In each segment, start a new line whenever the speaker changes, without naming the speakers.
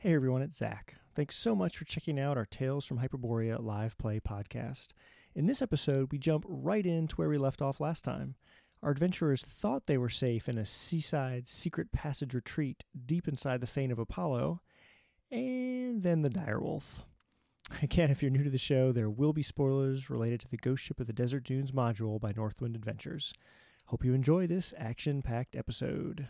Hey everyone, it's Zach. Thanks so much for checking out our Tales from Hyperborea live play podcast. In this episode, we jump right into where we left off last time. Our adventurers thought they were safe in a seaside secret passage retreat deep inside the fane of Apollo, and then the direwolf. Again, if you're new to the show, there will be spoilers related to the Ghost Ship of the Desert Dunes module by Northwind Adventures. Hope you enjoy this action packed episode.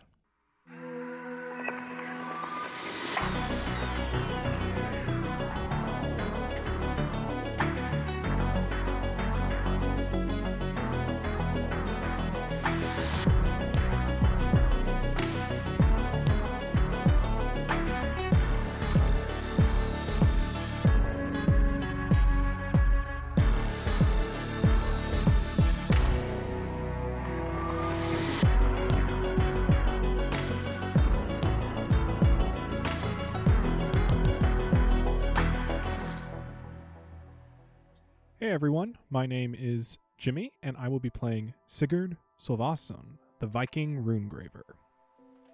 Hey everyone, my name is Jimmy, and I will be playing Sigurd Solvason, the Viking Runegraver.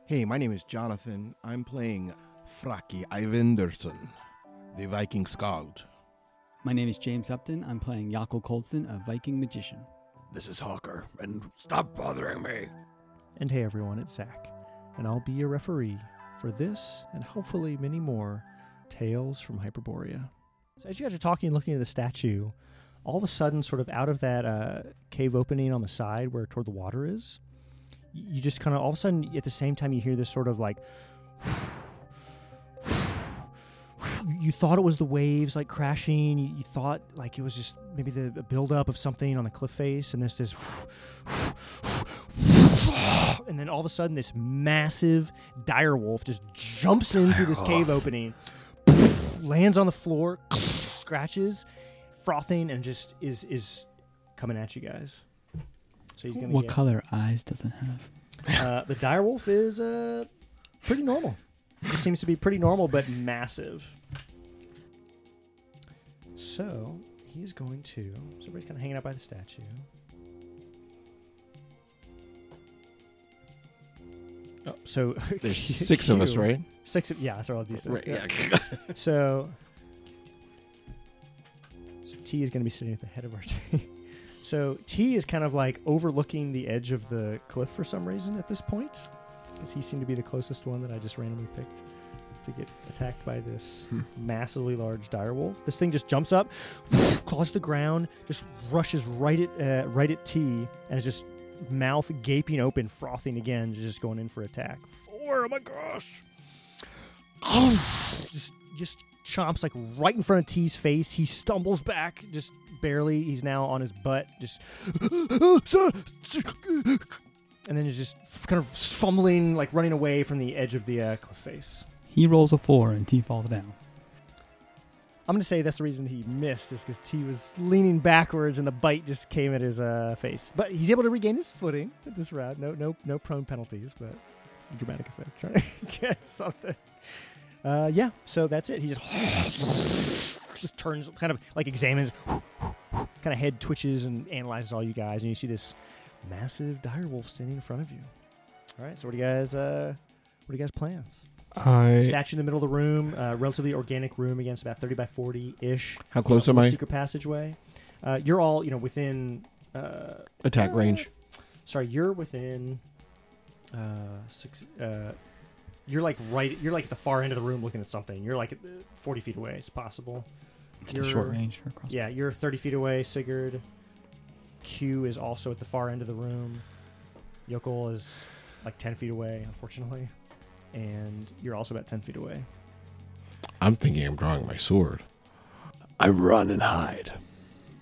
Hey, my name is Jonathan. I'm playing Fraki Ivinderson, the Viking Skald.
My name is James Upton. I'm playing Jakob Coldston, a Viking magician.
This is Hawker, and stop bothering me.
And hey everyone, it's Zach, and I'll be your referee for this and hopefully many more Tales from Hyperborea. So as you guys are talking and looking at the statue, all of a sudden, sort of out of that uh, cave opening on the side where toward the water is, y- you just kind of all of a sudden at the same time you hear this sort of like you- you thought it was the waves like crashing. You, you thought like it was just maybe the the buildup of something on the cliff face, and there's this. And then all of a sudden, this massive dire wolf just jumps in through this cave opening, lands on the floor, scratches, frothing, and just is is coming at you guys. So he's gonna
What
get
color eyes does it have?
uh, the dire wolf is uh, pretty normal. It seems to be pretty normal, but massive. So he's going to. So everybody's kind of hanging out by the statue. Oh, so Q-
There's six of us,
Q-
right?
Six of yeah, that's all these.
Right,
yeah.
yeah.
So, so T is going to be sitting at the head of our team. So T is kind of like overlooking the edge of the cliff for some reason at this point, because he seemed to be the closest one that I just randomly picked to get attacked by this
Hmm.
massively large dire wolf. This thing just jumps up, claws the ground, just rushes right at uh, right at T, and it's just mouth gaping open, frothing again, just going in for attack. Four, oh my gosh! just just chomps like right in front of T's face. He stumbles back, just barely. He's now on his butt, just and then he's just kind of fumbling, like running away from the edge of the uh, cliff face.
He rolls a four and T falls down.
I'm gonna say that's the reason he missed is because T was leaning backwards and the bite just came at his uh, face. But he's able to regain his footing at this round. No, no, no prone penalties, but dramatic effect. Trying to get something. Uh, yeah. So that's it. He just just turns, kind of like examines, kind of head twitches and analyzes all you guys, and you see this massive direwolf standing in front of you. All right. So what do you guys? Uh, what do you guys plans?
I
statue in the middle of the room, uh, relatively organic room against about 30 by 40 ish.
How close am I?
Secret passageway. Uh, you're all, you know, within. Uh,
Attack range.
sorry, you're within. Uh, six. Uh, you're like right. You're like at the far end of the room looking at something. You're like at the- 40 feet away. It's possible.
It's too short
You're-
range for a crossbow.
Yeah, you're 30 feet away, Sigurd. Q is also at the far end of the room. Yokel is like 10 feet away, unfortunately. And you're also about 10 feet away.
I'm thinking I'm drawing my sword.
I run and hide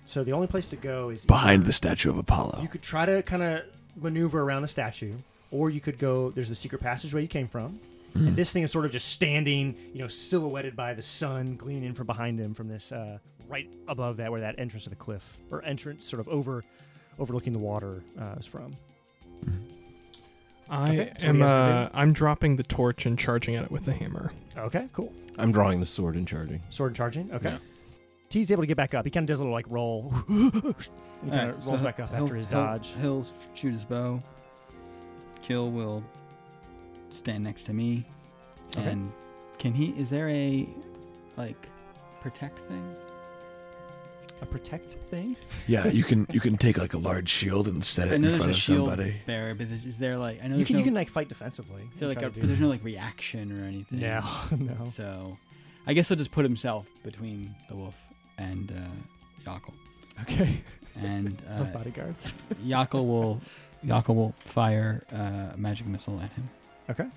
So the only place to go is
behind the statue of Apollo.
You could try to kind of maneuver around the statue, or you could go. There's the secret passageway you came from. And this thing is sort of just standing, you know, silhouetted by the sun gleaming in from behind him from this uh, right above that where that entrance of the cliff or entrance sort of over overlooking the water uh, is from.
I
Okay, so what do
am
you guys wanna
uh, I'm dropping the torch and charging at it with the hammer.
Okay, cool.
I'm drawing the sword and charging.
Sword and charging. Okay.
Yeah.
T's able to get back up. He kind of does a little like roll. he kind of
Alright, so
rolls
he'll-
back up
he'll-
after his
he'll-
dodge.
He'll, s- shoot his bow. Kill will stand next to me
Okay.
and Can he? Is there a like protect thing?
A protect thing?
Yeah, you can you can take like a large shield and set it
I
in
know there's
front
a
of
shield
somebody.
bearer, but is, is there like I know
You
there's
can,
no,
you can like fight defensively.
so
and
like
try
a,
to do-
but there's no like reaction or anything.
no, no.
So, I guess he'll just put himself between the wolf and uh, Yakel,
Okay.
and
No
uh,
bodyguards.
Yakel will Yakel will fire uh, a magic missile at him.
Okay.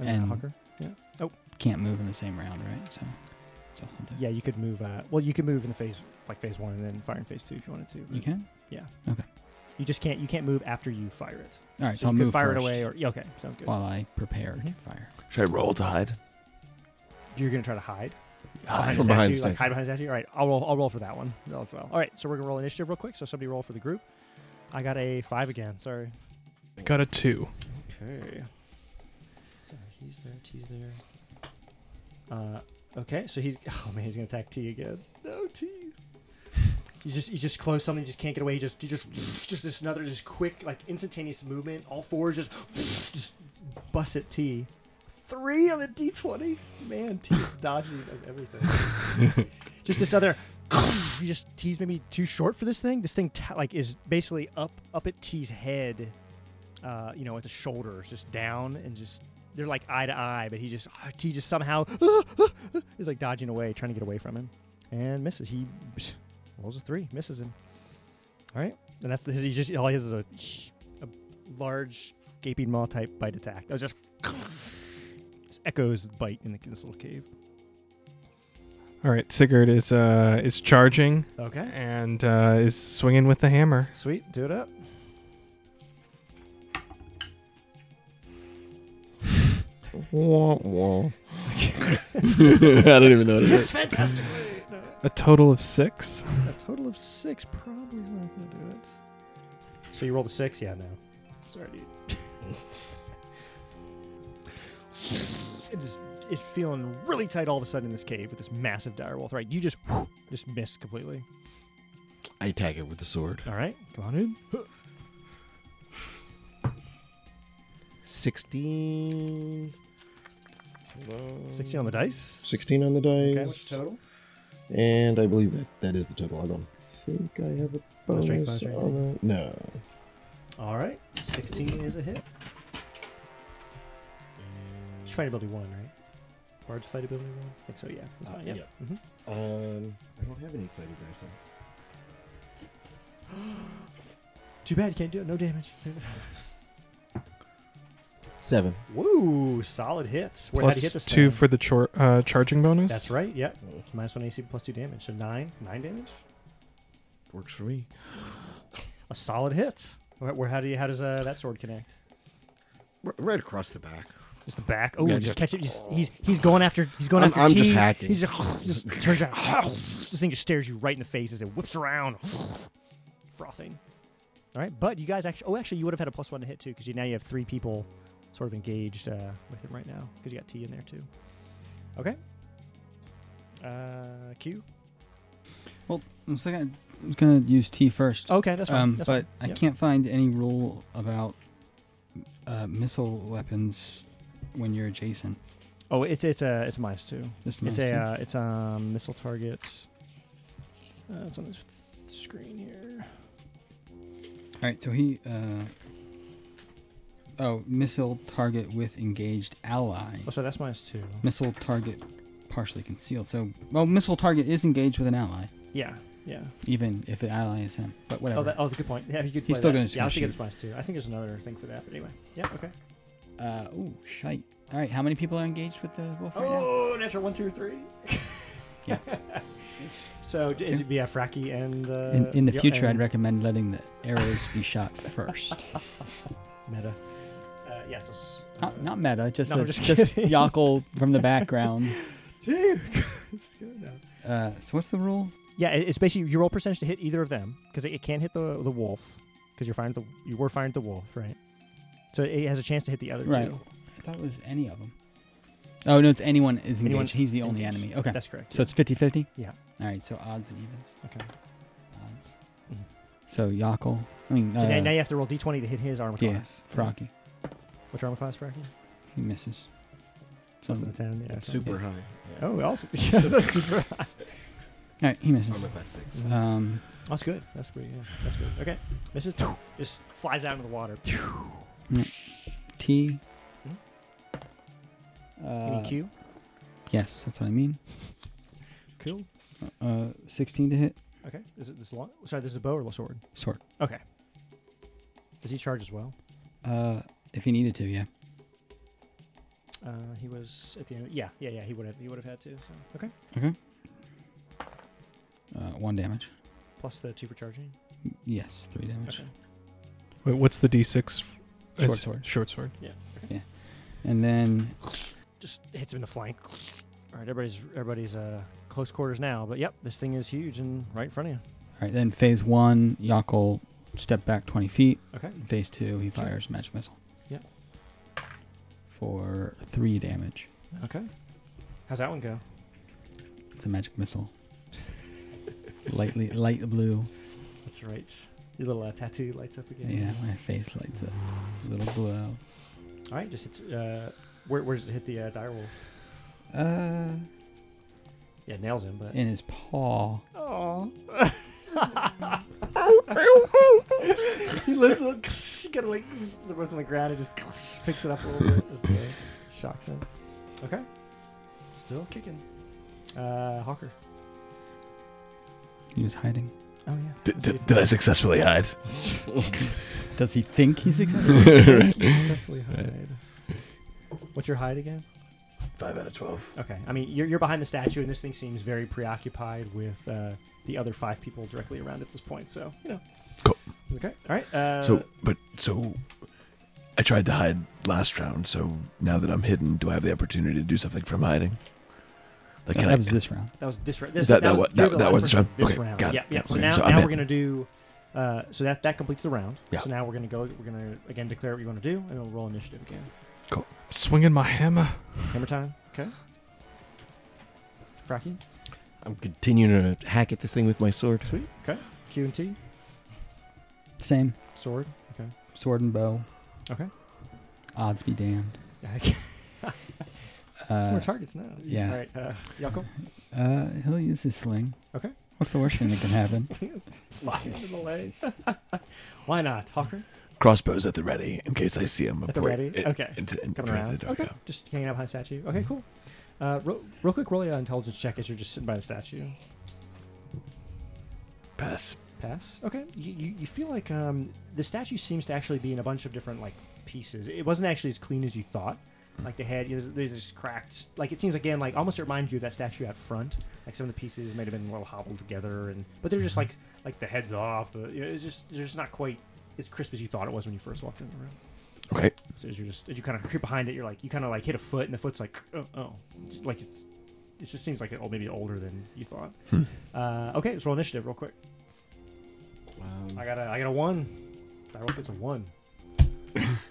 And,
And-
Hawker.
Can't move in the same round, right? So, so he'll do.
Yeah, you could move. Uh, well, you could move in the phase like phase one, and then fire in phase two if you wanted to. but
you can.
You just can't. You can't move after you fire it.
All right, so,
So
I'll
you
move
could fire
first
it away, or yeah, okay, sounds good.
while I prepare to
Mhm.
fire.
Should I roll to hide?
You're gonna try to hide
Hide.
a
From behind
statue,
the
like hide behind a statue. All right, I'll roll. I'll roll for that one as well. All right, so we're gonna roll initiative real quick. So somebody roll for the group. I got a five again. Sorry.
Got a two.
Okay. So he's there. T's there. Uh, okay. So he's. Oh man, he's gonna attack T again. No T. You just you just close something, you just can't get away. You just you just just this another just quick like instantaneous movement. All fours just just bust at T. Three on the D twenty. Man, T is dodging of everything. just this other. You just T's maybe too short for this thing. This thing ta like is basically up up at T's head uh, you know, at the shoulders, just down and just they're like eye to eye, but he just he just somehow is like dodging away, trying to get away from him, and misses. He rolls a three, misses him. All right, and that's his. He just all he has is a, a large gaping maw type bite attack. That was just, just echoes the bite in, the, in this little cave.
All right, Sigurd is uh is charging
Okay,
and uh, is swinging with the hammer.
sweet, do it up.
Wah, wah.
I don't even know.
That's fantastic.
A total of six.
A total of six probably is not going to do it. So you rolled a six? Yeah, no. Sorry, dude. it just, it's feeling really tight all of a sudden in this cave with this massive dire wolf, right? You just just missed completely.
I attack it with the sword.
All right, come on in.
16.
16 on the dice.
16 on the
Okay,
dice.
what's your total?
And I believe that that is the total. I don't think I have a
Bonus rank,
bonus.
bonus
on that. No.
All right, 16 is a hit. It's fight ability one, right? Hard to fight ability one? I think so, yeah. That's
Uh,
fine, yeah.
yeah.
Mhm.
Um, I don't have any excited dice. huh?
Too bad, you can't do it. No damage. Save it.
Seven.
Woo, solid hits. Where
Plus
how'd you hit this
two
thing?
for the chor- uh, charging bonus.
That's right, yep. Minus one AC plus two damage. So nine. Nine damage?
Works for me.
A solid hit. Where, where how do you how does uh, that sword connect?
R- Right across the back.
Just the back. Oh,
Yeah,
just
just-
catch it. He's, he's he's going after he's going
I'm-
after
I'm just
T.
hacking.
He's just, just turns around. this thing just stares you right in the face as it whips around. Frothing. Alright, but you guys actually oh actually you would have had a plus one to hit too, because you now you have three people sort of engaged uh, with him right now. Because you got T in there too. Okay. Uh Q.
I'm just gonna, I'm just gonna use T first.
Okay, Oh, that's fine.
um,
that's
but
fine.
I
Yep.
can't find any rule about uh, missile weapons when you're adjacent.
Oh, it's it's a it's a minus two.
Just
It's
nice
a
to-
uh, it's a missile target. Uh, it's on this screen here.
All right, so he. Uh, oh, missile target with engaged ally.
Oh, so that's minus two.
Missile target partially concealed. So, well, missile target is engaged with an ally,
Yeah, yeah.
even if the ally is him. But whatever.
Oh, that, oh, good point. Yeah, you could. play
He's still
that.
gonna just
Yeah, I
gonna
think
shoot.
it's minus two. I think there's another thing for that. But anyway, yeah, okay.
Uh, ooh, shite. All right, how many people are engaged with the wolf right now?
Oh, natural one, two, three.
Yeah.
so d- is it yeah, Fracky and uh,
In, in the
yeah,
future, I'd
and
recommend letting the arrows be shot first.
meta. Uh, yes. it's, Uh,
Not, not meta, just,
No,
a,
I'm just
just,
kidding.
Yockel from the background.
Dude, it's good now.
Uh, so what's the rule?
Yeah, it- it's basically you roll percentage to hit either of them because it, it can't hit the the wolf because you're firing the you were firing at the wolf, right? So it has a chance to hit the other
Right.
two.
I thought it was any of them. Oh, no, it's anyone is engaged.
Anyone
He's the only
engaged.
enemy. Okay.
That's correct.
so it's 50 50?
Yeah.
All right, so odds and evens.
okay.
Odds.
Mhm.
So Yockel. I mean,
So now,
uh,
now you have to roll d20 to hit his armor
yeah, Um,
class.
Frocky.
What's your armor class, Fracky?
He misses.
Less than
Some-
10. Yeah. okay.
Super high.
Oh, awesome. Yes, that's super.
All right, he misses.
I'm at my six.
Um,
That's good. That's pretty good. That's good. Okay. Misses. Just flies out into the water. Any
T. Uh,
Mm-hmm. Q?
yes, that's what I mean.
Cool.
Uh, 16 to hit.
Okay. Is it this long? Sorry, this is a bow or a sword?
Sword.
Okay. Does he charge as well?
Uh, if he needed to, yeah.
Uh, he was at the end. Yeah, yeah, yeah. He would have. He would have had to. So. Okay.
Uh, one damage.
Plus the two for charging.
Yes, three damage.
Okay.
Wait, what's the d6?
Short
It's-
sword.
Short sword.
And then
Just hits him in the flank. All right, everybody's everybody's uh, close quarters now. But yep, this thing is huge and right in front of you.
All right, then phase one, Yakul step back 20 feet.
Okay.
Phase two, he
Sure.
fires magic missile.
Yeah.
For three damage.
Okay. How's that one go?
It's a magic missile. Lightly, light blue.
That's right. Your little uh, tattoo lights up again.
Yeah, my face lights up. Little glow.
All right, just hits. Uh, where, where does it hit the uh, dire wolf?
Uh,
Yeah, it nails him, but.
in his paw.
Oh. he lifts it, he kind of like the birth on the ground and just picks it up a little bit as the shocks him. Okay, still kicking. Uh, Hawker.
He was hiding.
Oh yeah.
Did, did, did I successfully hide?
Does he think he's successful?
Five
successfully hide? What's your hide again?
out of twelve.
Okay, I mean you're, you're behind the statue, and this thing seems very preoccupied with uh, the other five people directly around at this point. So you know.
Cool.
Okay. All right. Uh,
So, but so, I tried to hide last round. So now that I'm hidden, do I have the opportunity to do something from hiding? Like,
that
can I?
was this round.
That was this round. This,
That-
that,
that
was,
wa-
you're
that-
the
that
last
was
person
jump?
this
Okay,
round.
got it.
Yeah, yeah.
Yeah,
So
okay,
now,
so I'm
now
in.
we're gonna do. Uh, so that that completes the round.
Yeah.
So now we're gonna go. We're gonna again declare what you want to do, and then we'll roll initiative again.
Swinging my hammer.
Hammer time. Okay. Fracky.
I'm continuing to hack at this thing with my sword.
Sweet. Okay. Q and T.
Same.
Sword.
Sword and bow.
Okay.
Odds be damned.
Yeah, I get
Uh,
more targets now.
yeah.
All right. Uh, Yako.
uh, he'll use his sling.
Okay.
What's the worst thing that can happen?
Flying into the leg. Why not, Hawker?
Crossbows at the ready in case I see him.
At the ready? Okay. Coming around.
Okay.
Okay. Just hanging out behind the statue.
Mm-hmm.
Okay. Cool. Uh, ro- real quick, roll your intelligence check as you're just sitting by the statue.
Pass.
Pass. Okay. You, you, you feel like um, the statue seems to actually be in a bunch of different like pieces. It wasn't actually as clean as you thought. Like the head, you know, there's just cracked. Like it seems again, like almost it reminds you of that statue out front. Like some of the pieces might have been a little hobbled together, and but they're
Mm-hmm.
just like like the heads off. Uh, you know, it's just they're just not quite as crisp as you thought it was when you first walked in the room.
Okay.
So as you're just as you kind of creep behind it, you're like you kind of like hit a foot, and the foot's like oh, oh. like it's it just seems like it, oh, maybe older than you thought.
Hmm.
Uh, okay, let's roll initiative real quick. I got a I got a one. I hope it's a one.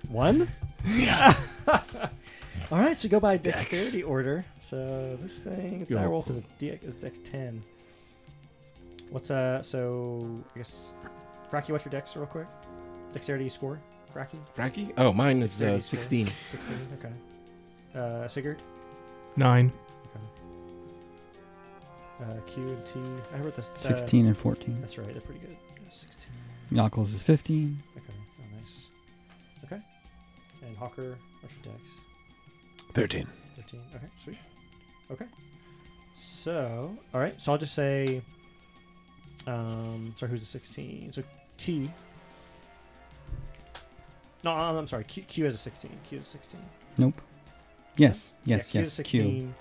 one?
Yeah.
All right, so go by
Dex.
dexterity order. So this thing,
Yo.
direwolf is a dex, is dex ten. What's uh? So I guess, Fracky, what's your dex real quick? Dexterity score, Fracky,
Frankie? Oh, mine is uh,
Dexterity score.
16.
sixteen. Okay. Uh, Sigurd,
Nine.
uh, Q and T. I wrote this. uh,
16 and 14.
That's right. They're pretty good. Uh, Sixteen.
Yakul's is 15.
Okay. Oh, nice. Okay. And Hawker, what's your dex?
Thirteen.
15. Okay, sweet. Okay. So, all right. So I'll just say, um, sorry, who's the 16? So T. No, I'm, I'm sorry. Q, Q is a 16. Q is a 16.
Nope. Yes,
Yeah,
yes,
Q
yes.
Is a
Q.
16.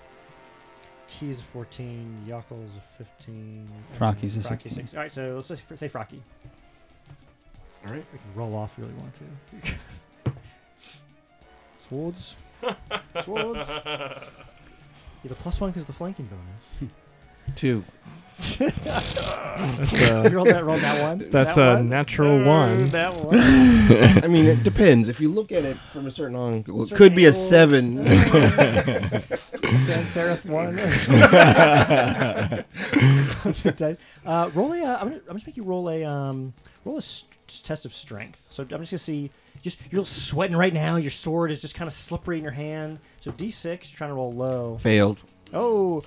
T is a 14. Yakel is a 15. and
Fraki's a
Fraki's
16.
six- All right, so let's just say Fraki.
All right.
We can roll off if you really want to. Swords. Swords. You have a plus one because the flanking bonus.
Two.
That's a,
you rolled that, rolled that one.
Uh, that's
that
a
one?
natural
Uh,
one.
That one.
I mean, it depends. If you look at it from a certain angle, it
Certain
could be a
angle.
seven.
Sans serif one. uh, roll a. Uh, I'm gonna, I'm just make you roll a. Um, roll a s- test of strength. So I'm just gonna see just you're sweating right now. Your sword is just kind of slippery in your hand. So D6, you're trying to roll low.
Failed.
Oh,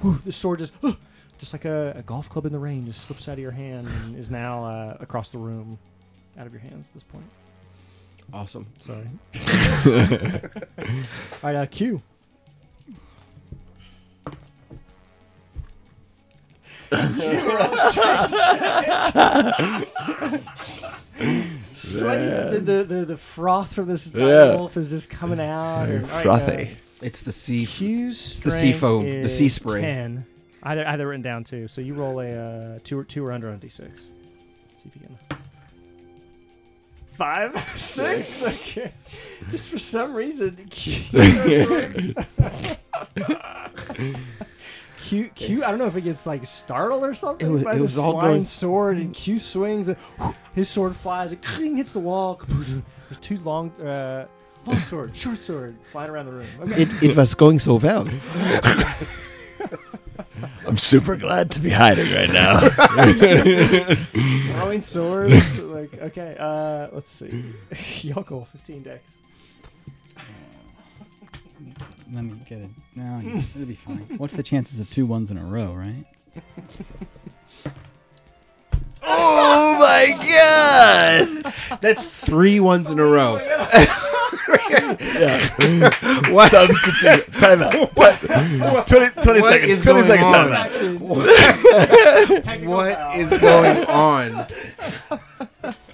whew, the sword just just like a, a golf club in the rain just slips out of your hand and is now uh, across the room, out of your hands at this point.
Awesome.
Sorry. All right, uh, Q. Sweaty, the, the, the, the froth from this
Yeah.
wolf is just coming out. and- all right, uh,
Frothy.
It's the sea.
Q's
the sea
strength
foam, the sea
is
spray.
10. I had, I had it written down too. So you roll a uh, two, or, two or under on a d6. See if you can. Five, six. Okay. Just for some reason, Q. Q, Q, I don't know if it gets like startled or something
It was-
by
it
this
was all
flying
going-
sword, and Q swings, and his sword flies, it cling, hits the wall. There's two long, uh, long sword, short sword, flying around the room. Okay.
It, it was going so well.
I'm super glad to be hiding right now.
throwing swords. like, okay, uh, let's see. Yoko, 15 dex.
Let me get it. No, yes, it'll be fine. What's the chances of two ones in a row, right?
Oh my god! Oh That's three ones in a row.
What? Substitute. Time out. What? 20, 20
What
seconds.
is
20
going
second time
on?
out.
What is going on?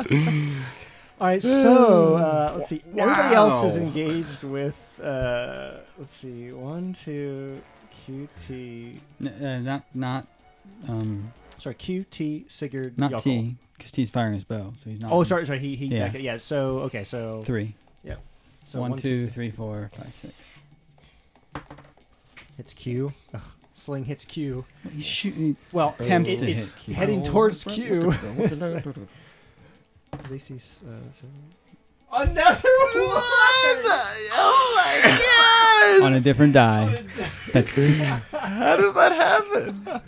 All right, so uh, let's see. Everybody else is
Wow.
engaged with. Uh, let's see. One, two. QT.
N- uh, not not um
Sorry, QT Sigurd.
not
Yoko.
T because T's firing his bow, so he's not.
Oh, sorry, sorry. He, he.
Yeah.
Yeah. yeah. So okay. So
Three.
so
One,
one,
two, three, four, five, six.
Hits Q. Ugh, sling hits Q.
Well, He's shooting.
Well,
Attempts
it-
to hit
it's
Q.
heading towards Q. This is AC, uh, seven. Another one.
Oh
On a different die. That's
How did that happen?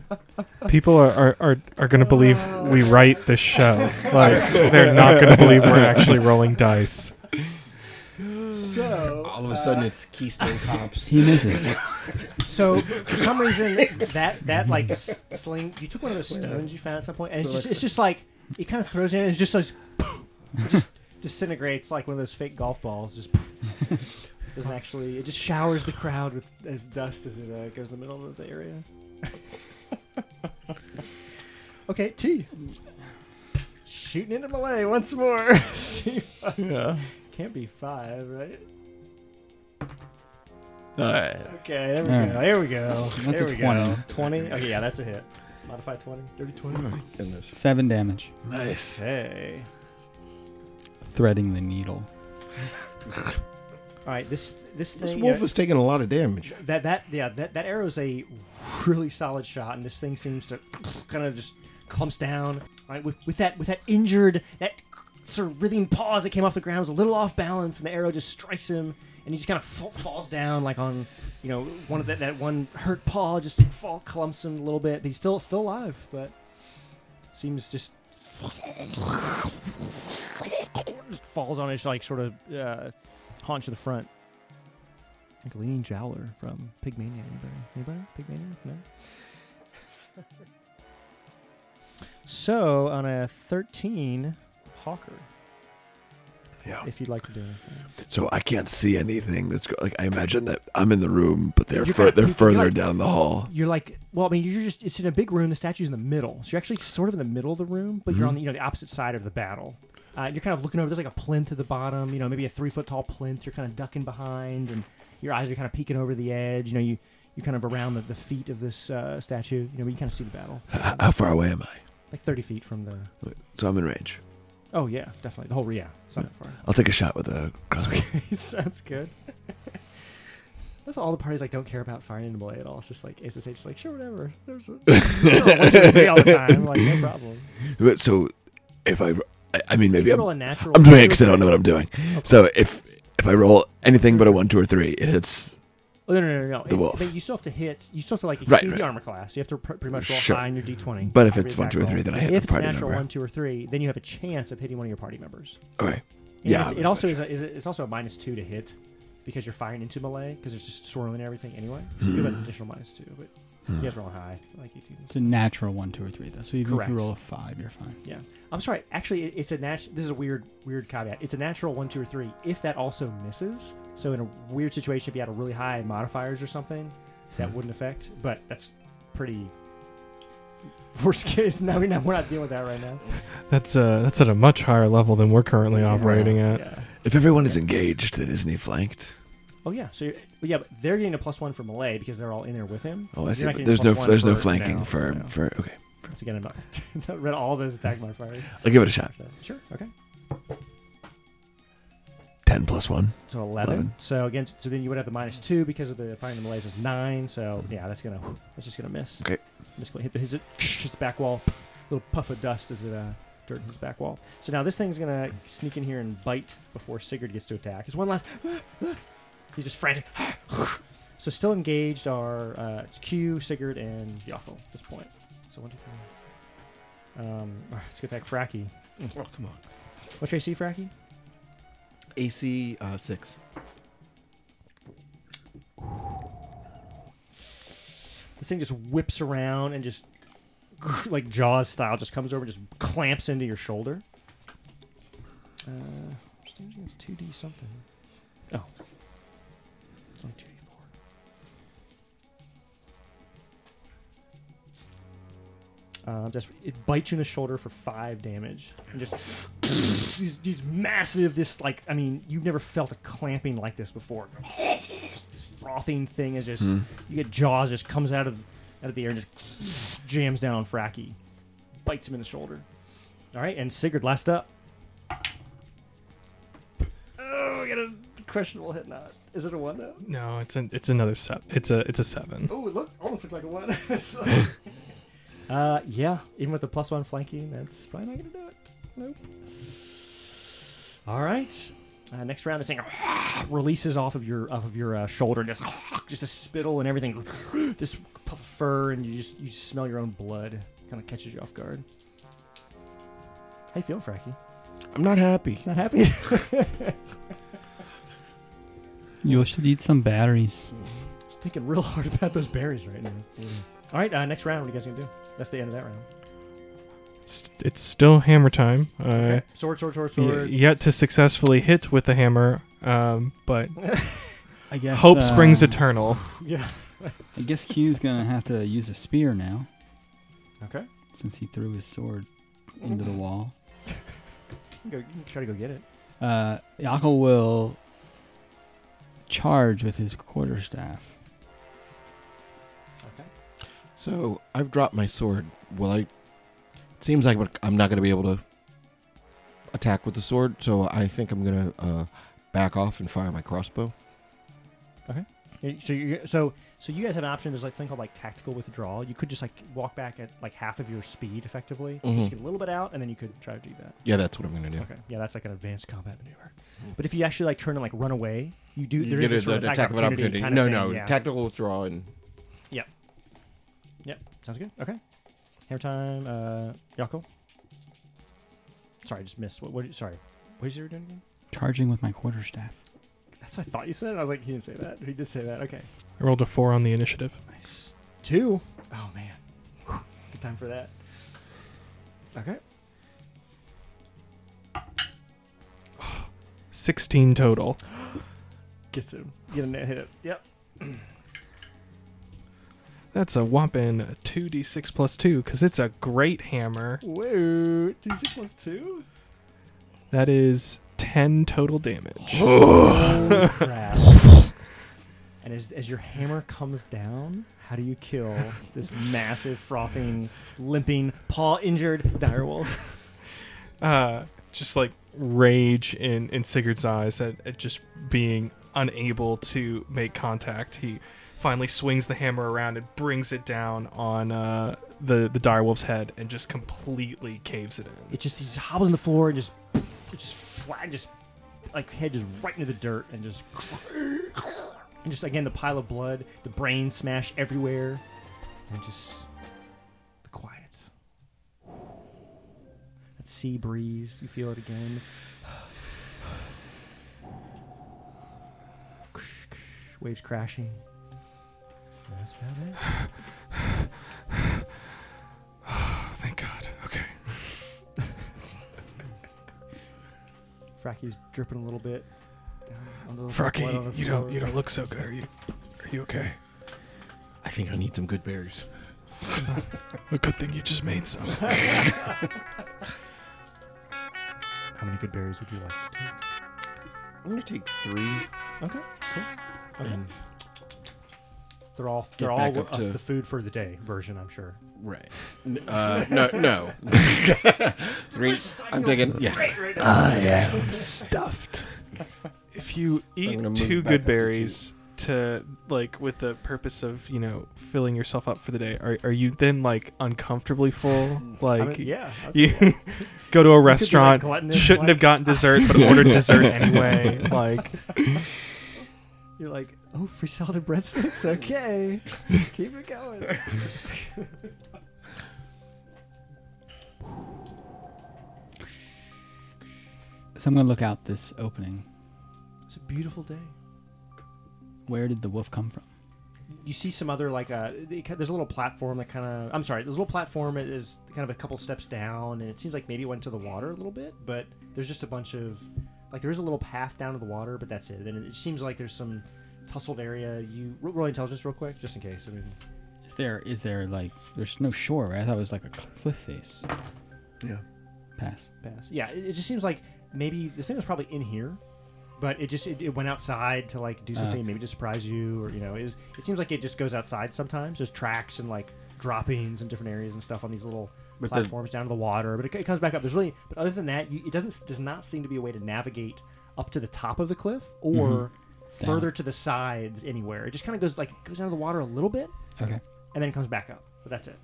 People are are, are, are going to believe we
Oh.
write this show. Like they're not going to believe we're actually rolling dice.
So
All of a sudden, it's Keystone Cops.
he misses.
So for some reason that that like s- sling you took one of those stones you found at some point and it's just it's just like it kind of throws in and it's just like it just disintegrates like one of those fake golf balls just doesn't actually it just showers the crowd with uh, dust as it uh, goes in the middle of the area. okay, T. Shooting into Malay once more. See, uh,
Yeah.
can't be five, right?
All right.
Okay, there we
All
go.
right.
There we go.
That's
there
a
we
20.
Go. 20? Okay, yeah, that's a hit. Modify 20. Dirty 20.
Seven damage.
Nice.
Okay.
Threading the needle.
All right, this this
This
thing
wolf
uh,
is taking a lot of damage.
that that yeah, that that arrow's a really solid shot and this thing seems to kind of just clumps down. All right, with, with that with that injured that sort of writhing paws that came off the ground was a little off balance and the arrow just strikes him and he just kind of fa- falls down like on you know one of that that one hurt paw just fall clumps him a little bit but he's still still alive but seems just just falls on his like sort of uh, haunch of the front. Like a leaning jowler from Pigmania. Anybody? Anybody? Pigmania? No. so on a thirteen, Hawker.
Yeah.
If you'd like to do anything.
So I can't see anything that's go- like I imagine that I'm in the room, but they're
You're
fur-
kinda-
they're
you're
further
like-
down the hall.
You're like, well, I mean, you're just. It's in a big room. The statue's in the middle, so you're actually sort of in the middle of the room, but you're on the, you know the opposite side of the battle. Uh, you're kind of looking over. There's like a plinth at the bottom. You know, maybe a three foot tall plinth. You're kind of ducking behind, and your eyes are kind of peeking over the edge. You know, you you kind of around the, the feet of this uh, statue. You know, but you kind of see the battle,
H- How, far away am I?
like thirty feet from the.
So I'm in range.
Oh yeah, definitely the whole yeah. It's not that far.
I'll take a shot with uh, a crossbow.
Sounds good. If all the parties like don't care about firing into Malay at all, it's just like Ace is like sure whatever. There's you know, one, two, three all the time, like no problem.
But so if I, I- I mean
If
maybe
you
I'm,
roll a natural.
I'm doing it
two,
because I don't know what I'm doing.
okay.
So if if I roll anything but a one, two, or three, it hits.
Oh, no, no, no, no.
The
If-
wolf.
But you still have to hit. You still have to like exceed
Right, right.
the armor class. You have to pr- pretty much roll
Sure.
high on your d20.
But if it's
Every
one, two, or
attack roll.
three, then I hit
if
the
it's
party
natural
number.
one, two, or three, then you have a chance of hitting one of your party members.
Okay. Yeah,
it's-
I'm
it
gonna
also
try.
is, a, is a, it's also a minus two to hit because you're firing into melee because it's just swirling everything anyway.
Hmm.
So you have an additional minus two, but you guys roll high, like 18.
It's a natural one, two, or three, though. So even
Correct.
if you roll a five, you're fine.
Yeah, I'm sorry. Actually, it- it's a nat- This is a weird, weird caveat. It's a natural one, two, or three. If that also misses, so in a weird situation, if you had a really high modifiers or something, that
Hmm.
wouldn't affect. But that's pretty worst case. No, we're not, we're not dealing with that right now.
That's uh that's at a much higher level than we're currently
Yeah.
operating at.
Yeah.
If everyone is engaged, then isn't he flanked?
Oh yeah. So you're, yeah, but they're getting a plus one for melee because they're all in there with him.
Oh, I
You're
see.
not
But
getting
there's no
plus one
there's no
for
flanking
now,
for
now.
for okay.
Once again, I'm not, not read all those attack modifiers.
I'll give it a shot.
So, sure. Okay.
Ten plus one.
So 11.
11.
So again, so then you would have the minus two because of the finding the malaise is nine. So yeah, that's gonna that's just gonna miss.
Okay.
Miss hit the, his, his back wall. Little puff of dust as it uh, dirt in his back wall. So now this thing's gonna sneak in here and bite before Sigurd gets to attack. His one last. He's just frantic. So still engaged are uh, it's Q, Sigurd, and Yothel at this point. So one, two, three. Um, all right, let's get that Fracky.
Oh, come on.
What's your AC, Fracky?
AC uh, six.
This thing just whips around and just like Jaws style just comes over and just clamps into your shoulder. Uh, damage against two D something. Oh, it's only two D four. Uh, just it bites you in the shoulder for five damage, and just these, these massive, this like I mean you've never felt a clamping like this before. This frothing thing is just you get jaws just comes out of out of the air and just jams down on Fracky, bites him in the shoulder. All right, and Sigurd last up. Oh, I got a questionable hit. Not is it a one though?
No, it's an it's another set. It's a it's a seven.
Oh, it look almost looked like a one. uh, yeah, even with the plus one flanking, that's probably not gonna do it. Nope. All right. Uh, next round, this thing releases off of your off of your uh, shoulder, and just just a spittle and everything. this puff of fur, and you just you smell your own blood. Kind of catches you off guard. How you feeling, Fracky?
I'm not happy.
Not happy.
You should eat some batteries.
Just thinking real hard about those berries right now. All right, uh, next round. What are you guys gonna do? That's the end of that round.
It's, it's still hammer time. Uh,
Sword, sword, sword,
y-
sword.
yet to successfully hit with the hammer, um, but
I guess
hope
uh,
springs eternal.
Yeah.
I guess Q's gonna have to use a spear now
Okay.
since he threw his sword into the wall.
You can, go, you can try to go get it.
Uh, Yako will charge with his quarterstaff.
Okay.
So I've dropped my sword. Well, I. It seems like I'm not going to be able to attack with the sword, so I think I'm going to uh, back off and fire my crossbow.
Yeah, So you so so you guys have an option. There's like thing called like tactical withdrawal. You could just like walk back at like half of your speed effectively,
Mhm.
just get a little bit out, and then you could try to do that.
Yeah, that's what I'm going to do.
Okay. Yeah, that's like an advanced combat maneuver. But if you actually like turn and like run away, you do.
You
there is
get
this
a-
sort
an
of attack, of opportunity. kind of
no,
thing,
no,
Yeah.
tactical withdrawal and
yep. Sounds good. Okay. Hammer time. Uh, Yako. Sorry, I just missed. What? what sorry. What is you doing again?
Charging with my quarterstaff.
That's what I thought you said. and I was like, he didn't say that. He did say that. Okay.
I rolled a four on the initiative.
Nice. Two. Oh man. Whew. Good time for that. Okay.
Sixteen total.
Gets him. Get a net hit. Yep.
That's a whopping two d six plus two because it's a great hammer.
Whoa. Two six plus two?
That is ten total damage.
Holy crap. And as, as your hammer comes down, how do you kill this massive, frothing, limping, paw injured direwolf?
uh, just like rage in in Sigurd's eyes at, at just being unable to make contact. He finally swings the hammer around and brings it down on uh, the the direwolf's head and just completely caves it in.
It just he's hobbling the floor and just it just flat just like head just right into the dirt and just and just again the pile of blood, the brain smash everywhere, and just the quiet. That sea breeze, you feel it again. waves crashing. And That's about it.
Oh, Thank God. Okay.
Fracky's dripping a little bit. Down on the little blood on the
Froggy, you
floor.
don't you don't look so good. Are you are you okay?
I think I need some good berries.
A good thing you just made some.
How many good berries would you like to take?
I'm gonna take three
Okay. Okay.
and
They're all
Mm. Get
they're all
back
w-
up to-
of the food for the day version, I'm sure.
right. N- Uh, no, no. three. I'm thinking. Yeah.
I am stuffed.
If you
I'm
eat
gonna move
two
back up
good
to
berries to like with the purpose of you know filling yourself up for the day, are are you then like uncomfortably full? Like
I mean, yeah. I was-
You go to a restaurant,
gluttonous,
shouldn't have
like-
gotten dessert, but ordered dessert anyway. Like,
You're like, oh, free salad and breadsticks? Okay. Keep it going.
So I'm gonna look out this opening.
It's a beautiful day.
Where did the wolf come from?
You see some other, like, uh, they ca- there's a little platform that kind of, I'm sorry, there's a little platform that is kind of a couple steps down, and it seems like maybe it went to the water a little bit, but there's just a bunch of, like, there is a little path down to the water, but that's it. And it seems like there's some tussled area. You, ro- roll intelligence real quick, just in case. I mean,
Is there is there like there's no shore? Right? I thought it was like a cliff face.
Yeah.
Pass.
pass. Yeah, it, it just seems like maybe this thing was probably in here, but it just it, it went outside to like do
Ah.
something, maybe to surprise you, or you know, it, was, it seems like it just goes outside sometimes. There's tracks and like droppings in different areas and stuff on these little
But the-
platforms down to the water, but it, c- it comes back up. There's really, but other than that, you, it doesn't does not seem to be a way to navigate up to the top of the cliff or
Mm-hmm.
Down.
further to the sides anywhere. It just kind of goes like goes down to the water a little bit
Okay.
and then it comes back up. But that's it.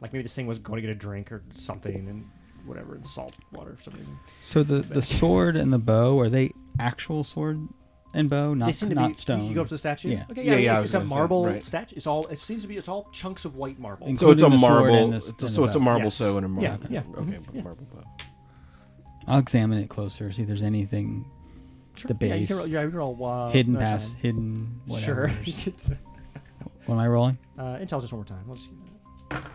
Like maybe this thing was going to get a drink or something and whatever and salt water or something.
So the the sword and the bow are they actual sword and bow, not
they seem to
not
be,
stone?
You go up to the statue.
Yeah.
Okay.
Yeah,
Yeah.
yeah, I
it's,
was
it's a
gonna say,
marble
right.
statue. It's all. It seems to be. It's all chunks of white marble.
Inc-
So it's a
Including the sword
marble.
and this-
it's a-
and
so
the
it's a
bow.
marble
Yes.
so and a marble.
Yeah, yeah,
Okay.
mhm, yeah.
Marble bow.
I'll examine it closer, see if there's anything
Sure.
the
Yeah, you
base.
can roll, yeah, you can roll, uh,
hidden
another
pass,
time.
hidden whatever.
Sure.
What am I rolling?
uh, intelligence one more time. We'll just give that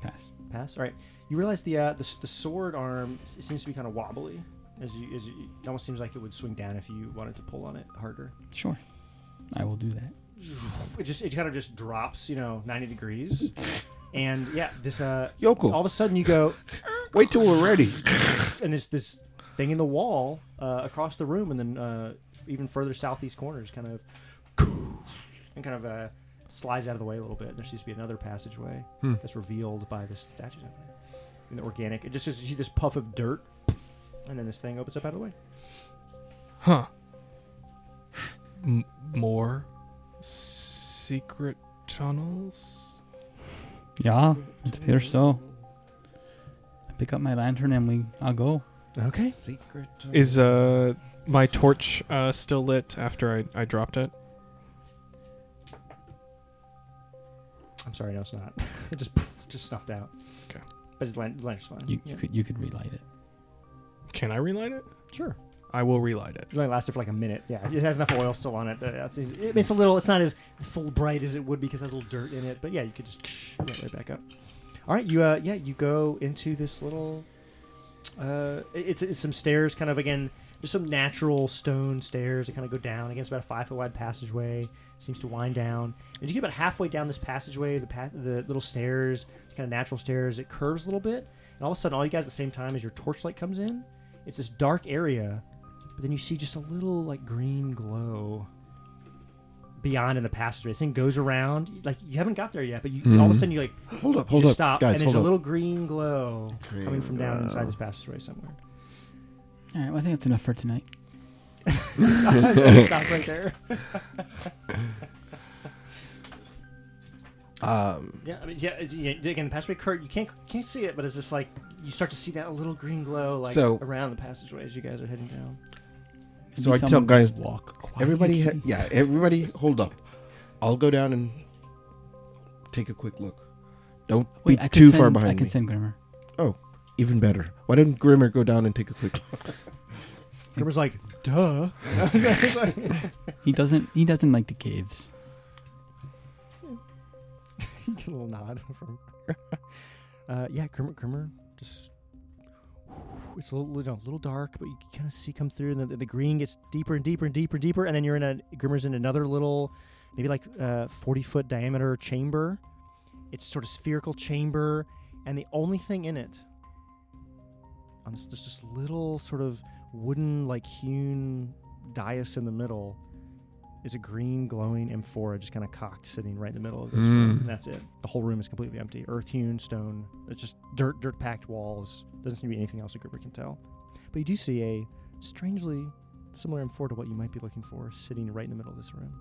Pass.
a pass. All right. You realize the uh, the s- the sword arm s- it seems to be kind of wobbly. As you, as you, it almost seems like it would swing down if you wanted to pull on it harder.
Sure. I will do that.
It just it kind of just drops, you know, ninety degrees, and yeah, this uh,
Yoko.
all of a sudden you go,
Wait till we're ready.
and there's this thing in the wall uh, across the room, and then uh, even further southeast corners, kind of, and kind of uh, slides out of the way a little bit. And there seems to be another passageway
Hmm.
that's revealed by this statue opening. And the organic, it just you see this puff of dirt, and then this thing opens up out of the way.
huh? M- more secret tunnels.
Yeah, it appears so. I pick up my lantern and we I'll go.
Okay.
Secret.
Is uh my torch uh still lit after I I dropped it?
I'm sorry, no, it's not. it just just snuffed out.
Okay.
But his lan- lantern's fine.
You,
Yeah.
you could you could relight it.
Can I relight it?
Sure.
I will relight it.
It only lasted for like a minute. Yeah, it has enough oil still on it. that that's- it- It's a little. It's not as full bright as it would because it has a little dirt in it. But yeah, you could just yeah, right back up. All right, you. Uh, yeah, you go into this little. Uh, it- it's, it's some stairs, kind of again. There's some natural stone stairs that kind of go down. Again, it's about a five foot wide passageway. Seems to wind down. As you get about halfway down this passageway, the pa- the little stairs, kind of natural stairs, it curves a little bit, and all of a sudden, all you guys at the same time as your torchlight comes in, it's this dark area but then you see just a little like green glow beyond in the passageway. This thing goes around. Like you haven't got there yet, but you all of a sudden you like
Mm-hmm. Hold up.
you
Hold up,
stop,
guys.
and there's
hold
a
up.
little green glow
Green
coming from down
glow.
inside this passageway somewhere.
All right, well, I think that's enough for tonight.
Stop right there.
Um.
Yeah, I mean, yeah, it's- yeah, Again, the passageway, Kurt, you can't can't see it, but it's just like you start to see that little green glow like
So-
around the passageway as you guys are heading down.
Maybe
So I tell
someone
guys,
walk quietly.
Everybody, ha- yeah, everybody, hold up. I'll go down and take a quick look. Don't
Wait,
be
I could
too far
send- I
behind
can
me.
send Grimmer.
Even better. Why didn't Grimmer go down and take a quick look?
Grimmer's like, duh.
He doesn't. He doesn't like the caves.
You get a little nod from. uh, yeah, Grimmer, Grimmer, just it's a little, you know, a little dark, but you kind of see come through, and then the, the green gets deeper and deeper and deeper and deeper, and then you're in a Grimmer's in another little, maybe like uh, forty foot diameter chamber. It's sort of spherical chamber, and the only thing in it, on this, there's this little sort of wooden like hewn dais in the middle. Is a green glowing amphora just kind of cocked, sitting right in the middle of this room.
Mm.
And that's it. The whole room is completely empty. Earth hewn, stone. It's just dirt, dirt packed walls. Doesn't seem to be anything else that Gerber can tell. But you do see a strangely similar M4 to what you might be looking for sitting right in the middle of this room.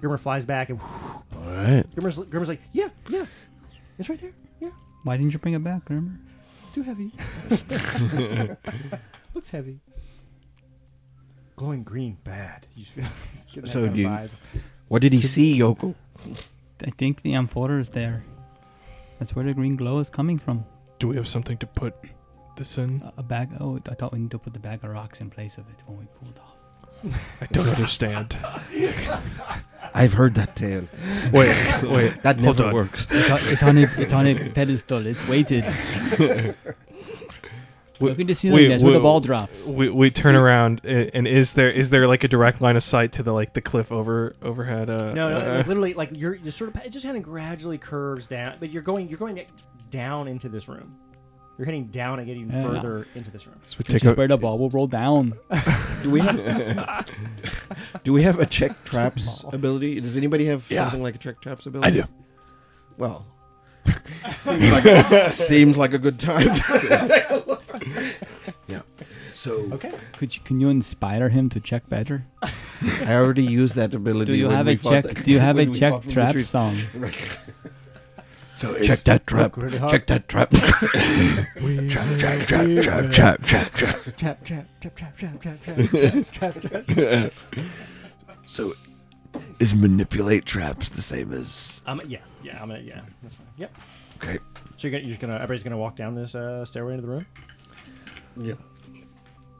Grimmer flies back and
All right.
Grimmer's, Grimmer's like, yeah, yeah, it's right there.
Why didn't you bring it back, remember?
Too heavy. Looks heavy. Glowing green, bad. You just feel just getting that
So
kind of
do you-
vibe.
What did he see, Yoko?
I think the amphora is there. That's where the green glow is coming from.
Do we have something to put this
Uh,
in?
A, a bag. Oh, I thought we need to put the bag of rocks in place of it when we pulled off.
I don't understand.
I've heard that tale.
wait, wait.
That
Hold
never
on.
works.
It's on, it's on, a, it's on a pedestal. It's weighted. Look at the ceiling.
wait,
That's where the
wait.
ball drops.
We, we turn around a- and is there is there like a direct line of sight to the like the cliff over overhead? Uh,
No, no,
uh,
like, literally, like you're, you're sort of, it just kind of gradually curves down, but you're going, you're going down into this room. You're heading down and getting
Yeah.
further into this room.
so we
Which
take
is
a,
where the ball will roll down.
Do we have Do we have a check traps ability? Does anybody have
Yeah.
something like a check traps ability?
I do.
Well, seems, like, seems like a good time.
Yeah. So
Okay.
Could you, can you inspire him to check better?
I already used that ability.
Do you
when
have
we
a
fought
check?
that-
Do you have a
when we fought
check
from the
trap
trees.
song?
so
Check
is
that trap.
really hard.
Check that trap.
trap trap trap trap trap trap trap.
Tap, tap, tap, tap, tap, tap, tap, tap, tap, tap.
So is manipulate traps the same as
Um, yeah, yeah, I'm gonna, yeah, that's fine. Yep.
okay?
So you're, gonna, you're just gonna everybody's gonna walk down this uh, stairway into the room.
yeah.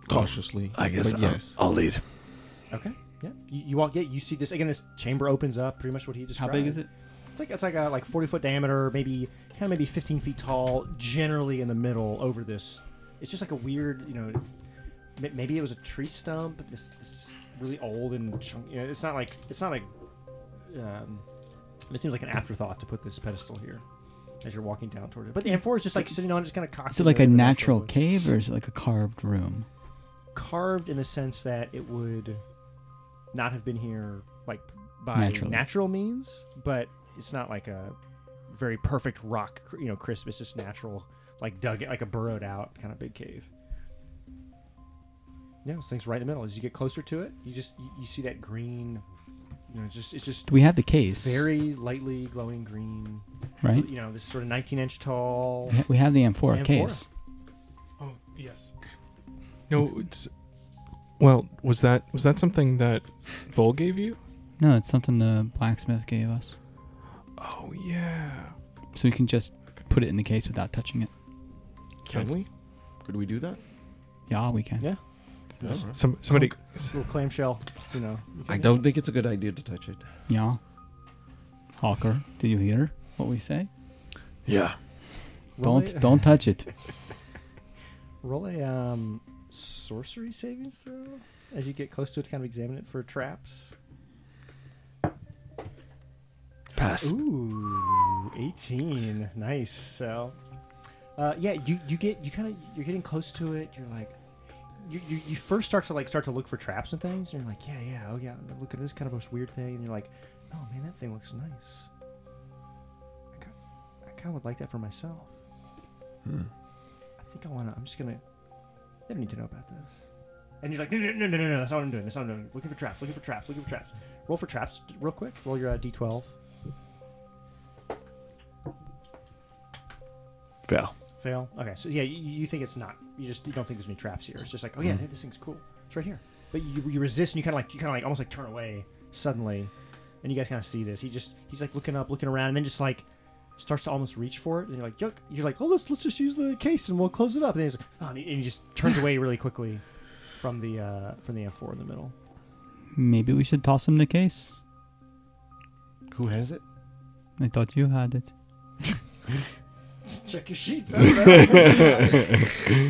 Cautiously.
I guess
but
I'll,
yes.
I'll lead.
Okay. Yeah. You, you walk. Yeah. You see this again. This chamber opens up. Pretty much what he
How
described.
big is it?
It's like it's like a like forty foot diameter, maybe kind of maybe fifteen feet tall. Generally in the middle over this. It's just like a weird, you know, ma- maybe it was a tree stump. But this, this is really old and chunk, you know, it's not like it's not like. Um, it seems like an afterthought to put this pedestal here as you're walking down toward it. But the amphora is just like sitting on, it, just kind of cocked.
Is it
in
like
the-
a
in the
natural
doorway.
cave or is it like a carved room?
carved in the sense that it would not have been here like by
Naturally.
natural means, but it's not like a very perfect rock, cr- you know, crisp. It's just natural, like dug, like a burrowed out kind of big cave. Yeah, this thing's right in the middle. As you get closer to it, you just you, you see that green, you know, it's just it's just
Do we have the case?
very lightly glowing green.
right?
You know, this sort of 19 inch tall.
We ha- We have the amphora,
Amphora.
case.
Oh yes. No. It's, well, was that was that something that Vol gave you?
No, it's something the blacksmith gave us.
Oh yeah.
So we can just put it in the case without touching it.
Can
Sounds-
we?
Could we do that?
Yeah, we can.
Yeah.
Some somebody.
Little clamshell, you know.
I don't think it's a good idea to touch it.
Yeah. Hawker, do you hear what we say?
Yeah.
Roll
don't
a-
don't touch it.
Roll a um, sorcery savings throw as you get close to it to kind of examine it for traps.
Pass.
Ooh, 18. Nice. So, uh, yeah, you, you get you kind of you're getting close to it. You're like, you, you, you first start to like start to look for traps and things, and you're like, yeah, yeah, oh yeah, look at this kind of most weird thing, and you're like, oh man, that thing looks nice. I kind, I kind of would like that for myself.
Hmm.
I think I want to. I'm just gonna. They don't need to know about this. And you're like, no, no, no, no, no, no. That's not what I'm doing. That's not what I'm doing. Looking for traps. Looking for traps. Looking for traps. Roll for traps, d- real quick. Roll your uh, d12.
Fail.
Fail. Okay, so yeah, you, you think it's not. You just you don't think there's any traps here. It's just like, oh yeah, hey, this thing's cool. It's right here. But you, you resist and you kind of like you kind of like almost like turn away suddenly, and you guys kind of see this. He just he's like looking up, looking around, and then just like starts to almost reach for it, and you're like, Yuck. you're like, oh, let's let's just use the case and we'll close it up. And he's like, oh, and he, and he just turns away really quickly from the uh, from the M4 in the middle.
Maybe we should toss him the case.
Who has it?
I thought you had it.
Check your sheets. I don't know.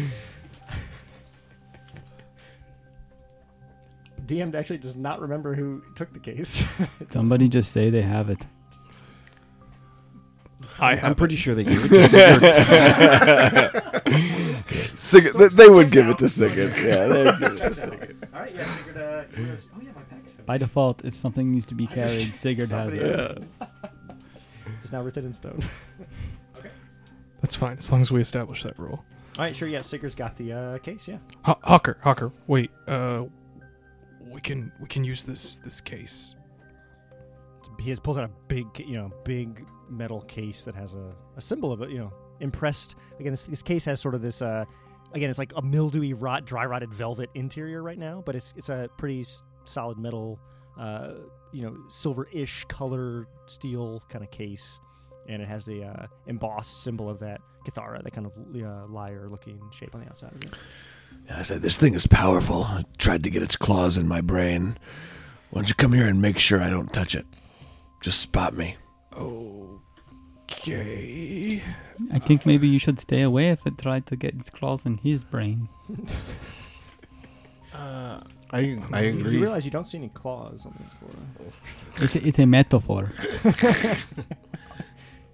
DM actually does not remember who took the case.
Somebody just say they have it.
I
I'm
have
pretty sure they gave it to Sigurd.
Sigurd, they, they would give it to Sigurd. Yeah, they would give it to Sigurd.
All right, yeah, figured. Uh, you realize- oh yeah, my pack's
By default, if something needs to be carried, Sigurd has
somebody
it.
else. It's now written in stone.
That's fine as long as we establish that rule.
All right, sure. Yeah, Sigurd's got the uh, case. Yeah.
H- Hawker, Hawker, wait. Uh, we can we can use this this case.
He has pulls out a big, you know, big metal case that has a, a symbol of it. You know, impressed. Again, this, this case has sort of this. Uh, again, it's like a mildewy, rot, dry rotted velvet interior right now, but it's it's a pretty s- solid metal, uh, you know, silver-ish color steel kind of case, and it has the uh, embossed symbol of that Cathara, that kind of uh, lyre-looking shape on the outside of it.
And I said, This thing is powerful. I tried to get its claws in my brain. Why don't you come here and make sure I don't touch it? Just spot me.
Okay.
I think maybe you should stay away if it tried to get its claws in his brain.
I, I
You
agree.
realize you don't see any claws on the floor.
It's a, it's a metaphor.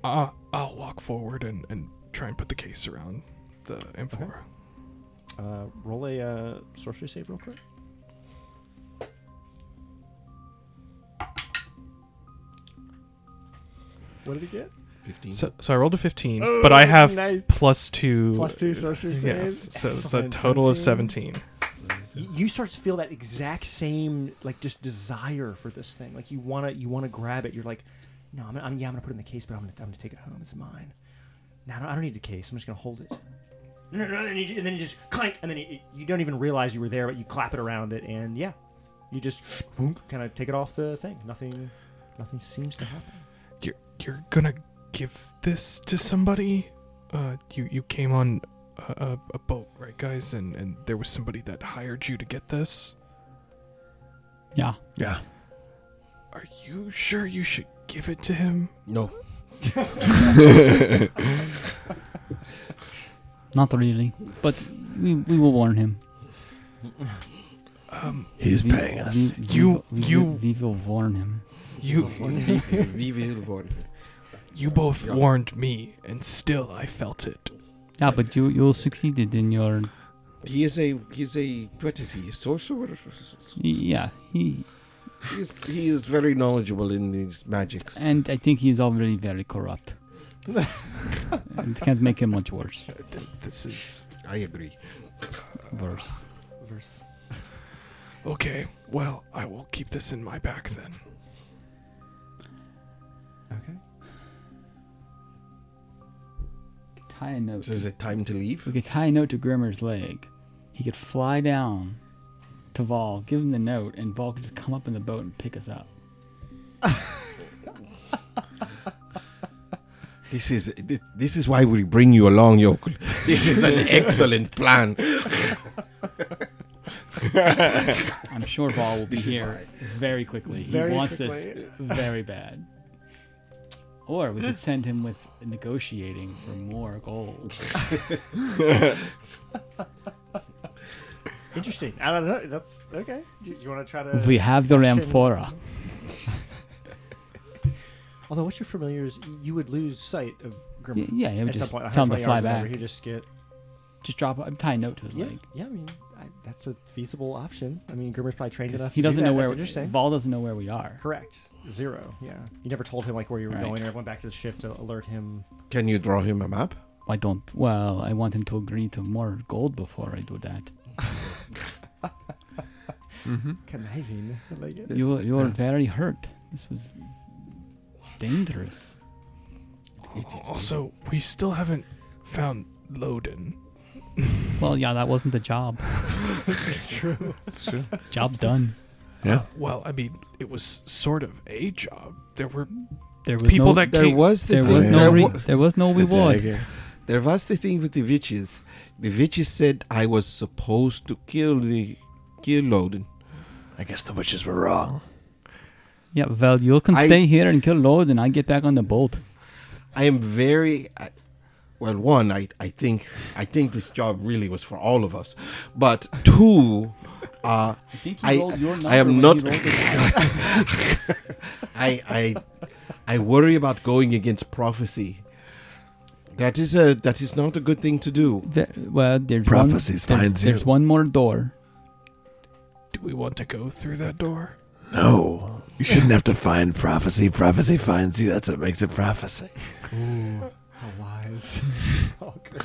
Uh, I'll walk forward and, and try and put the case around the M4.
Uh, roll a uh, sorcery save real quick. What did he get?
15.
So, so I rolled a 15, but I have
Oh, nice.
plus two.
Plus two sorcery
Yes,
saves.
so it's a
Excellent.
total of 17.
Y- You start to feel that exact same like just desire for this thing. Like you wanna you wanna grab it. You're like, no, I'm, I'm yeah, I'm gonna put it in the case, but I'm gonna I'm gonna take it home. It's mine. No, I don't, I don't need the case. I'm just gonna hold it. No, no, no. And, you, and then you just clank, and then you, you don't even realize you were there, but you clap it around it, and yeah, you just kind of take it off the thing. Nothing, nothing seems to happen.
You're you're gonna give this to somebody? Uh, you you came on a, a, a boat, right, guys? And and there was somebody that hired you to get this.
Yeah.
Yeah.
Are you sure you should give it to him?
No.
Not really. But we, we will warn him.
He's
We-
paying us.
we- we
Um, You-
will- we,
you-
will- We will warn him.
You you both
Yeah.
warned me, and still I felt it.
Yeah, but you you succeeded in your.
He is a he's a what is he a sorcerer?
Yeah, he
He is, he is very knowledgeable in these magics.
and I think he's already very corrupt. it can't make him much worse.
Th- This is
I agree.
Worse.
Verse.
okay. Well, I will keep this in my back then.
Okay.
Tie a note.
So is it time to leave?
We could tie a note to Grimmer's leg. He could fly down to Vol, give him the note, and Vol could just come up in the boat and pick us up.
This is thi- this is why we bring you along, Yokel. This is an excellent plan.
I'm sure Vol will be
This is
here very quickly.
Very
he wants
quickly.
this very bad. Or we could send him with negotiating for more gold.
Interesting. I don't know. That's okay. Do, do you want to try to?
If we have the Ramphora,
Although, what's your familiars? y- You would lose sight of Grimmer.
Y- yeah, he would
at some
just
point,
tell him to
120
fly
hours or whatever,
back.
He'd just get.
just drop. I'm tying a note to his
Yeah,
leg.
yeah. I mean, I, that's a feasible option. I mean, Grimmer's probably trained
'Cause
enough.
He
to do
doesn't
that.
know
That's
where.
Interesting.
Vol doesn't know where we are.
Correct. Zero. Yeah. You never told him like where you were
Right.
going, or went back to the ship to alert him.
Can you draw him a map?
I don't. Well, I want him to agree to more gold before I do that.
Conniving. I Like it.
You were, you were very hurt. This was dangerous.
Also, we still haven't found Loden.
Well, yeah, that wasn't the job.
true.
Job's done.
Yeah.
Well, I mean, it was sort of a job. There were
There was
People
no,
that
There
came,
was the
there
thing
was
that
no
we-
re- there was no
the
reward.
dagger. There was the thing with the witches. The witches said I was supposed to kill the kill Loden.
I guess the witches were wrong.
Yeah, well, you can
I-
stay here and kill Lord, and I get back on the boat.
I am very I, well. One, I, I think I think this job really was for all of us, but two, uh,
I think
I I am not. I I I worry about going against prophecy. That is a that is not a good thing to do.
There, well, there's
Prophecies
one, there's,
finds you.
there's one more door.
do we want to go through that door?
No. You shouldn't have to find prophecy. Prophecy finds you. That's what makes it prophecy.
Ooh, how wise. oh, good.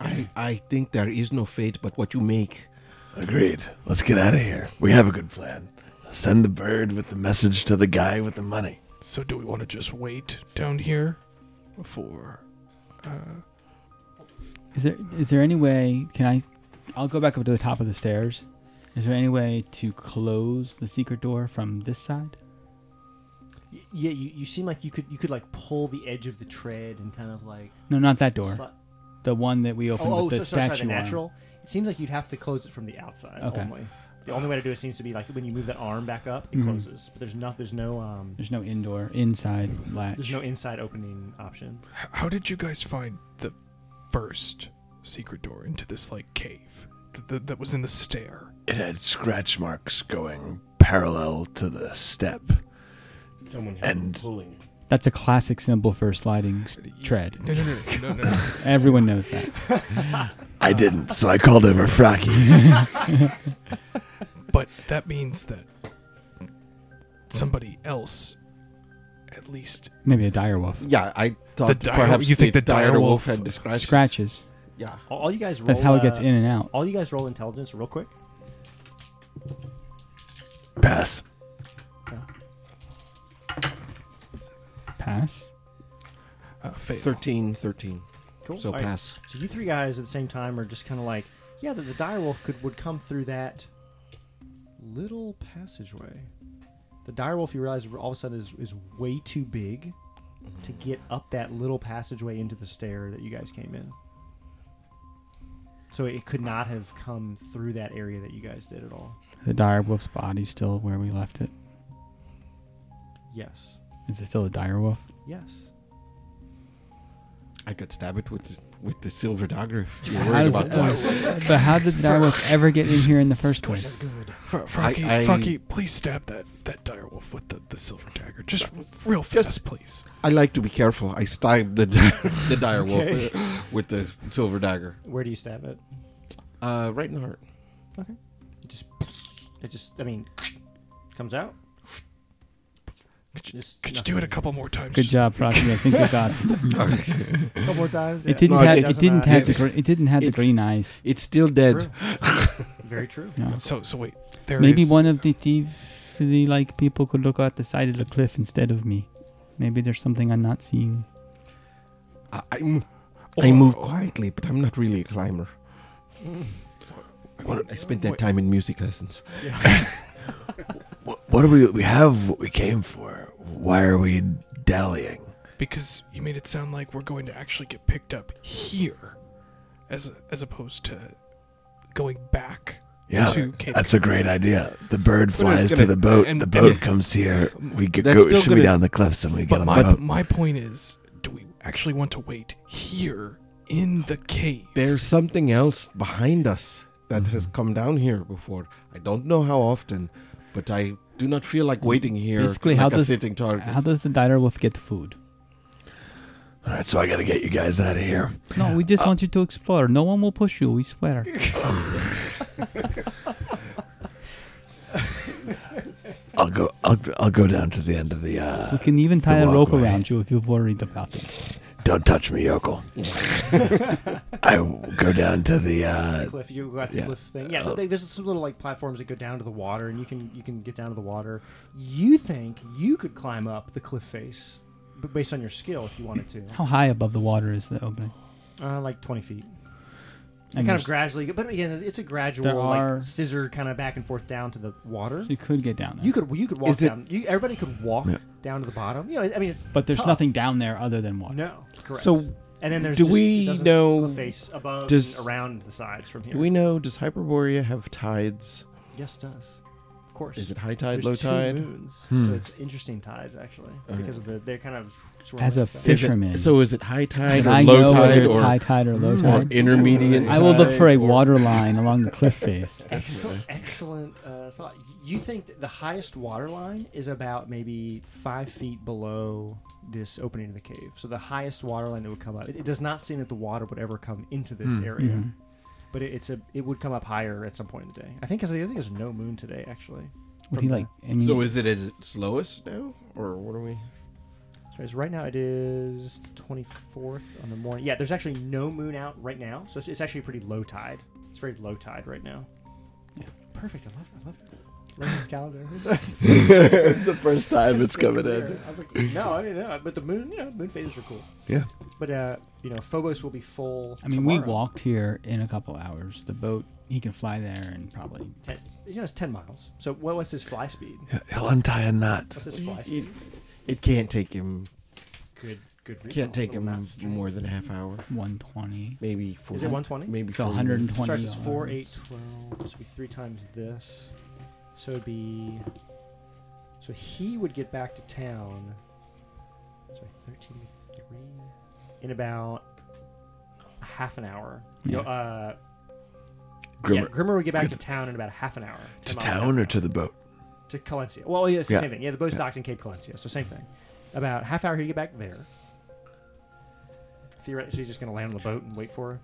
I I think there is no fate but what you make.
Agreed. Let's get out of here. We have a good plan. Send the bird with the message to the guy with the money.
So do we want to just wait down here for? Uh,
Is there is there any way? Can I? I'll go back up to the top of the stairs. Is there any way to close the secret door from this side?
Y- Yeah, you, you seem like you could you could like pull the edge of the tread and kind of like
No, not that door.
sli-
the one that we opened
oh, oh
with
so,
the
so, sorry,
statue
the
on.
natural. It seems like you'd have to close it from the outside
Okay.
only. The only way to do it seems to be like when you move that arm back up, it
Mhm.
closes. But there's not there's no um
There's no indoor inside latch.
there's no inside opening option.
h- how did you guys find the first secret door into this like cave th- th- that was in the stair?
It had scratch marks going parallel to the step.
Someone
had And-
pulling.
That's a classic symbol for sliding s- tread.
No, no, no, no, no. no.
Everyone knows that.
I didn't, so I called over Fraki.
But that means that somebody else, at least,
Maybe a dire wolf.
Yeah, I thought
dire-
perhaps
you think the dire
dire
wolf
wolf had the scratches.
Scratches.
Yeah.
All, all you guys roll
That's how it gets
uh,
in and out.
All you guys roll intelligence real quick.
Pass.
Pass.
uh, failed.
13, 13.
Cool.
So
All right.
pass.
So you three guys at the same time are just kind of like, yeah, the, the direwolf could would come through that little passageway. The direwolf, you realize, all of a sudden is, is way too big to get up that little passageway into the stair that you guys came in. So it could not have come through that area that you guys did at all.
The dire wolf's body's still where we left it.
Yes.
Is it still a dire wolf?
Yes.
I could stab it with the, with the silver dagger if you're
How
worried
does
about
it- uh,
that.
but how did the dire wolf ever get in here in the first
Those
place?
are good. Fr- Froggy,
I-
Froggy, please stab that that direwolf with the, the silver dagger, just real fast, please.
I like to be careful. I stabbed the, the dire wolf uh, with the silver dagger.
Where do you stab it?
Uh, right in the heart.
It just, it just, I mean, comes out.
Could you,
Just
could you do it a
nothing.
couple more times?
Good
Just-
job, Frosty. I think we got it.
A couple more times.
It didn't
No,
have.
it
It didn't have the.
It's-
gre- It didn't have the
it's-
green eyes.
It's still dead.
Very true.
No.
So so wait, there
Maybe
is-
one of the thief, the like people could look at the side of the cliff instead of me. Maybe there's something I'm not seeing.
I, I'm,
Oh,
I move
oh,
quietly, but I'm not really a climber.
What-
I spent that
wait,
time in music lessons.
What, what do we? We have what we came for. Why are we dallying?
because you made it sound like we're going to actually get picked up here, as as opposed to going back.
Yeah,
to Cape
that's a great idea. The bird flies
gonna-
to the boat.
and-
the
and-
boat comes here. We could
That's
go.
still
It should be
gonna-
down the cliffs, and we get
But
on
my
the boat.
my point is, do we actually want to wait here in the cave?
There's something else behind us that
Mm-hmm.
has come down here before. I don't know how often, but I do not feel like waiting here
Basically,
like
how
a
does-
sitting target.
How does the dire wolf get food?
All right, so I got to get you guys out of here.
No, we just want you to explore. No one will push you. We swear.
I'll go. I'll, I'll go down to the end of the. Uh,
We can even tie
the
a rope
walkway.
around you if you're worried about it.
don't touch me, Yokel. I will go down to the. Uh,
cliff. You got the
yeah.
cliff thing. Yeah,
Uh,
but they, there's some little like platforms that go down to the water, and you can you can get down to the water. You think you could climb up the cliff face, but based on your skill, if you wanted to,
How high above the water is the opening?
uh, like 20 feet.
And
kind
there's-
of gradually, but again, it's- it's a
Mm. There
gradual
are-
like scissor kind of back and forth down to the water.
you could get down there.
You could you could walk
Is it-
down. You, everybody could walk
Yeah.
down to the bottom. You know, I mean, it's
but there's
tough.
nothing down there other than water.
No, correct.
So,
and then there's
do
just,
we
it doesn't
know-
cliff face above
does-
and around the sides from here.
do we know? Does Hyperborea have tides?
Yes, it does. Of course.
Is it high tide,
There's
low
two
tide? Hmm.
moons, so it's interesting tides actually because of the they're kind of swirling
As a
stuff.
Is it-
fisherman,
so is it high tide
and
or
I
low
know whether
tide
it's
or,
high tide or
Mm.
low
or
tide.
intermediate?
I will look
tide
for a
or-
water line along the cliff face.
Excellent, excellent uh, thought. You think that the highest water line is about maybe five feet below this opening of the cave. So the highest water line that would come up. It, it does not seem that the water would ever come into this
Hmm.
area,
Mhm.
but it, it's a it would come up higher at some point in the day. I think 'cause I think there's no moon today actually.
Would
From
he
the-
like? I mean,
So is it at its lowest now, or what are we?
Sorry, so right now it is 24th on the morning. Yeah, there's actually no moon out right now, so it's, it's actually pretty low tide. It's very low tide right now. Perfect. I love it. I love this. Love this calendar.
it's the first time it's coming in.
I was like, no, I mean, no, but the moon, you know, moon phases are cool.
Yeah.
But uh, you know, Phobos will be full.
I mean, we
tomorrow.
walked here in a couple hours. The boat, he can fly there and probably.
Ten, you know, it's 10 miles. So what, what's his fly speed?
He'll untie a knot.
What's his fly
It,
speed?
it can't take him.
Good, good. recall.
Can't take
Little
him
math's dream.
more than a half hour.
120.
Maybe four.
Is it 120?
Maybe
So
40 minutes.
120.
Sorry, so it's 4,
yards.
8, 12. This would be 3 times this. So it'd be. So he would get back to town. Sorry, 13 to 3. In about half an hour. You know,
Yeah.
uh, Grimmer. Yeah,
Grimmer.
Grimmer would get back to town in about half an hour.
To
Ten miles, half an
town or
hour.
to the boat?
To Colencia. Well, yeah, it's the
Yeah.
same thing. Yeah, the boat's
Yeah.
docked in Cape Colencia, so same thing. About half hour he'd get back there. Theoretically, so he's just going to land on the boat and wait for her.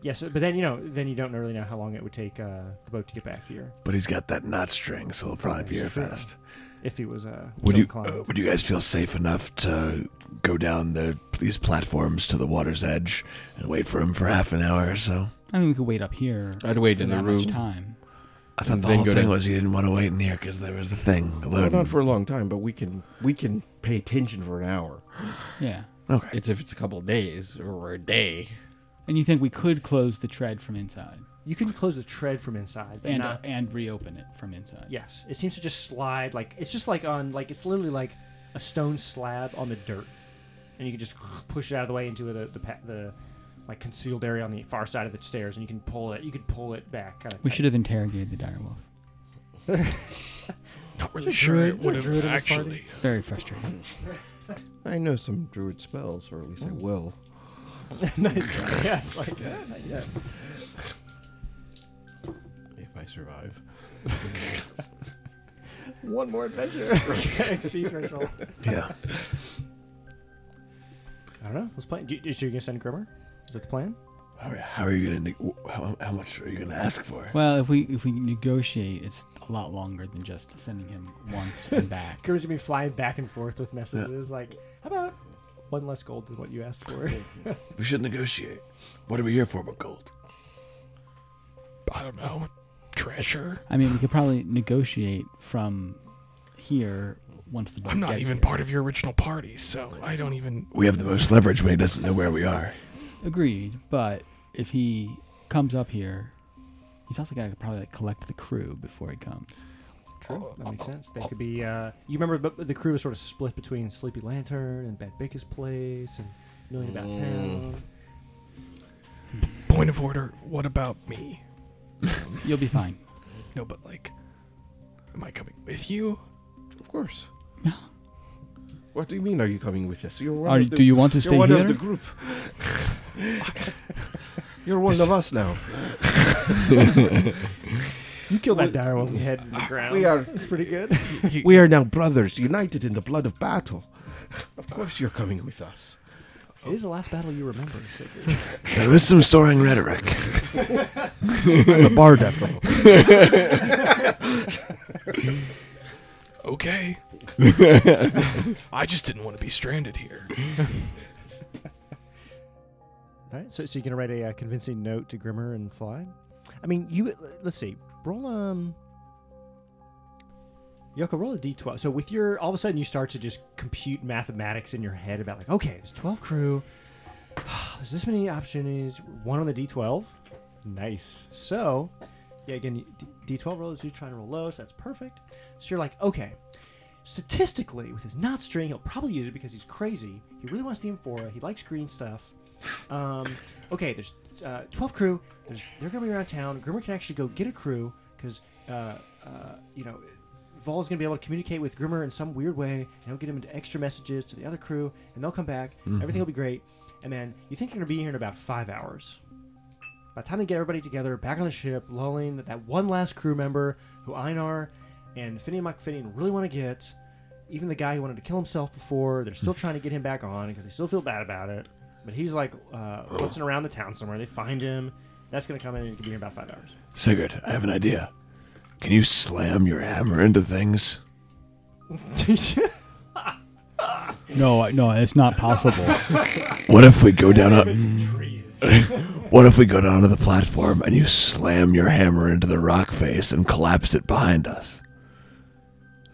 Yes, but then you know, then you don't really know how long it would take uh, the boat to get back here
But he's got that knot string, so he'll probably be here fast.
if he was. Uh,
Would
so
you
inclined.
uh, would you guys feel safe enough to go down the these platforms to the water's edge and wait for him for half an hour or so?
I mean, we could wait up here.
I'd wait
for
in the
that
room.
Much time.
I thought the
Then
whole
go
thing
down.
was he didn't want to wait in here because there was the thing. the
Well,
loading.
not for a long time, but we can we can pay attention for an hour.
Yeah.
okay.
It's if it's a couple of days or a day.
And you think we could close the tread from inside
You can close the tread from inside, but
and uh,
not.
and reopen it from inside?
yes, it seems to just slide like it's just like on like it's literally like a stone slab on the dirt, and you can just push it out of the way into the the, pa- the like concealed area on the far side of the stairs, and you can pull it. You could pull it back. Kind of
We should have interrogated the direwolf.
Not really sure it would have
this party?
actually.
Very frustrating.
I know some druid spells, or at least I will.
nice. Yeah, it's like yeah, yeah.
If I survive.
one more adventure. XP threshold.
Yeah.
I don't know. What's plan? Do, you- so you're gonna send Grimmer? Is that the plan?
How are, how are you gonna? neg- How, how much are you gonna ask for?
Well, if we if we negotiate, it's a lot longer than just sending him once and back.
Grimmer's gonna be flying back and forth with messages like, "How about one less gold than what you asked for?"
We should negotiate. What are we here for but gold?
I don't know. Treasure.
I mean, we could probably negotiate from here once the boat
I'm not
gets
even
here.
part of your original party, so I don't even.
We have the most leverage when he doesn't know where we are.
Agreed, but if he comes up here, he's also got to probably like, collect the crew before he comes.
True. That makes sense. They could be. Uh, you remember, but the crew was sort of split between Sleepy Lantern and Bad Baker's Place and Million About Town.
Point of order. What about me?
You'll be fine.
No, but like, am I coming with you?
Of course.
No.
What do you mean? Are you coming with us? You're one
Are,
of the,
do you want to stay
you're one
here?
of the group. you're one of us now.
You killed that direwolf's head in the ground.
We are
That's pretty good.
we are now brothers, united in the blood of battle. Of course, you're coming with us.
It is the last battle you remember, Sigurd.
There is some soaring rhetoric.
I'm a bard after all.
Okay. I just didn't want to be stranded here.
All right, so, so you can write a uh, convincing note to Grimmer and Fly. I mean, you uh, let's see, roll um, Yoko, roll a d12. So with your all of a sudden you start to just compute mathematics in your head about like, okay, there's 12 crew. there's this many opportunities. One on the D12. Nice. So, yeah, again, you- D- D12 rollers, you're trying to roll low, so that's perfect. So you're like, okay, statistically, with his not string, he'll probably use it because he's crazy. He really wants the Amphora. He likes green stuff. Um, okay, there's uh, 12 crew. There's, they're going to be around town. Grimmer can actually go get a crew because, uh, uh, you know, Vol's going to be able to communicate with Grimmer in some weird way, and he'll get him into extra messages to the other crew, and they'll come back. Everything will be great. And then you think you're going to be here in about five hours. By the time they get everybody together, back on the ship, lulling that one last crew member who Einar and Finian McFinian really want to get, even the guy who wanted to kill himself before, they're still trying to get him back on because they still feel bad about it. But he's like uh, blitzing around the town somewhere. They find him. That's going to come in and he's going to be here in about five hours.
Sigurd, I have an idea. Can you slam your hammer into things?
No, I- no, it's not possible.
What if we go down a What if we go down to the platform and you slam your hammer into the rock face and collapse it behind us?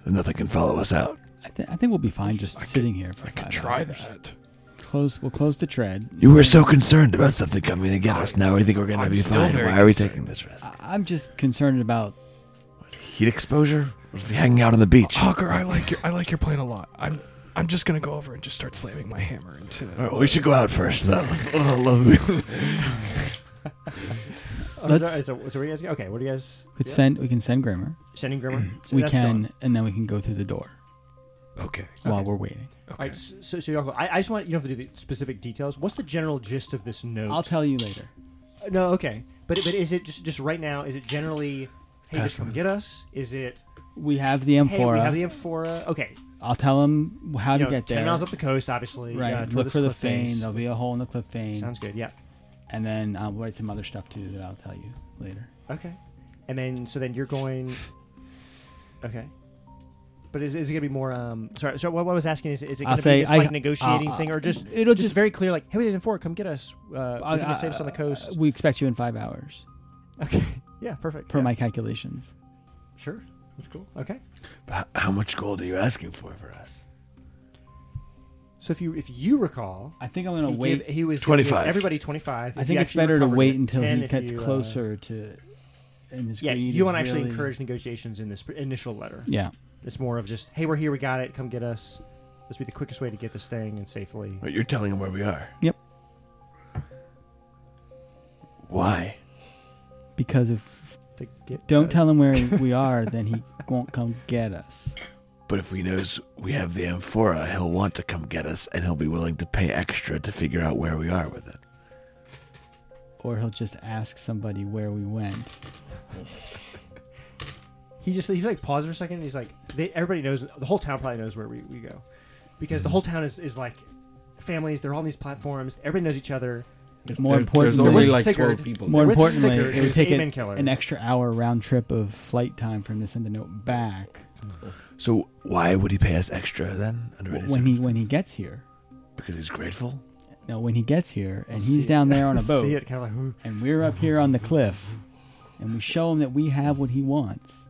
So nothing can follow us out.
I, th- I think we'll be fine just sitting here for I
could
five
try
hours.
that.
Close. We'll close the tread.
You were so concerned about something coming to get us. Now we think we're going to
I'm
be
still
fine.
very
Why are we
concerned.
taking this risk?
I- I'm just concerned about.
Heat exposure? What if we're hanging out on the beach?
Hawker, I like your I like your plan a lot. I'm I'm just gonna go over and just start slamming my hammer into.
All right, we should go out first, though. Oh, lovely.
Oh, is
Let's-
that- so, so what are you guys? Okay, what are you guys?
We could
yeah?
send. We can send Grimmer.
Sending Grimmer. So
we
that's
can,
gone.
and then we can go through the door
Okay.
while we're waiting.
All right, s- so, so y'all, I, I just want you don't have to do the specific details. What's the general gist of this note?
I'll tell you later.
Uh, No, okay, but but is it just just right now? Is it generally, hey, just come get us? Is it
We have the
hey, we
amphora.
have the amphora? Okay,
I'll tell him how
you
to
know,
get there.
ten miles up the coast, obviously.
right.
uh, toward
Look
this
for the
cliff
fane.
face.
There'll be a hole in the cliff fane,
Sounds good. Yeah.
and then I'll write some other stuff too that I'll tell you later.
Okay, and then so then you're going. Okay. But is, is it gonna be more? Um, sorry. So what, what I was asking is, is it
I'll
gonna
say
be this
I-
like negotiating
I'll-
thing, or just
it'll
just,
just-
very clear like, hey, we didn't four, come get us. Uh,
I-
we can
I-
just save us on the coast.
We expect you in five hours,
okay. Yeah. Perfect.
per
yeah.
my calculations.
Sure. That's cool. Okay.
H- How much gold are you asking for for us?
So if you if you recall,
I think I'm gonna
he
wait.
gave- he was
25.
Give everybody twenty five.
I think it's better to wait until he gets closer to. And his
uh, yeah,
greed
you
is
want to actually
really-
encourage negotiations in this pr- initial letter.
Yeah,
It's more of just, hey, we're here, we got it, come get us. This would be the quickest way to get this thing and safely.
Wait, You're telling him where we are.
Yep.
Why?
because if
To get
don't tell him
us.
where we are, then he won't come get us.
But if he knows we have the amphora, he'll want to come get us, and he'll be willing to pay extra to figure out where we are with it.
Or he'll just ask somebody where we went.
He just he's like paused for a second. And he's like, they, everybody knows the whole town probably knows where we, we go, because
Mm.
the whole town is, is like families. They're all on these platforms. Everybody knows each other.
More
There-
important,
there's only
There was
like
Sigurd.
12 people.
more
There was
importantly,
Sigurd,
it
who
would
was
take
Aemon
an,
killer.
an extra hour round trip of flight time for him to send the note back
So why would he pay us extra then? Under any
when he when he gets here.
because he's grateful.
No, when he gets here, and he's down there on a
See
boat,
it kind of like, "Ooh."
and we're up here on the cliff, and we show him that we have what he wants.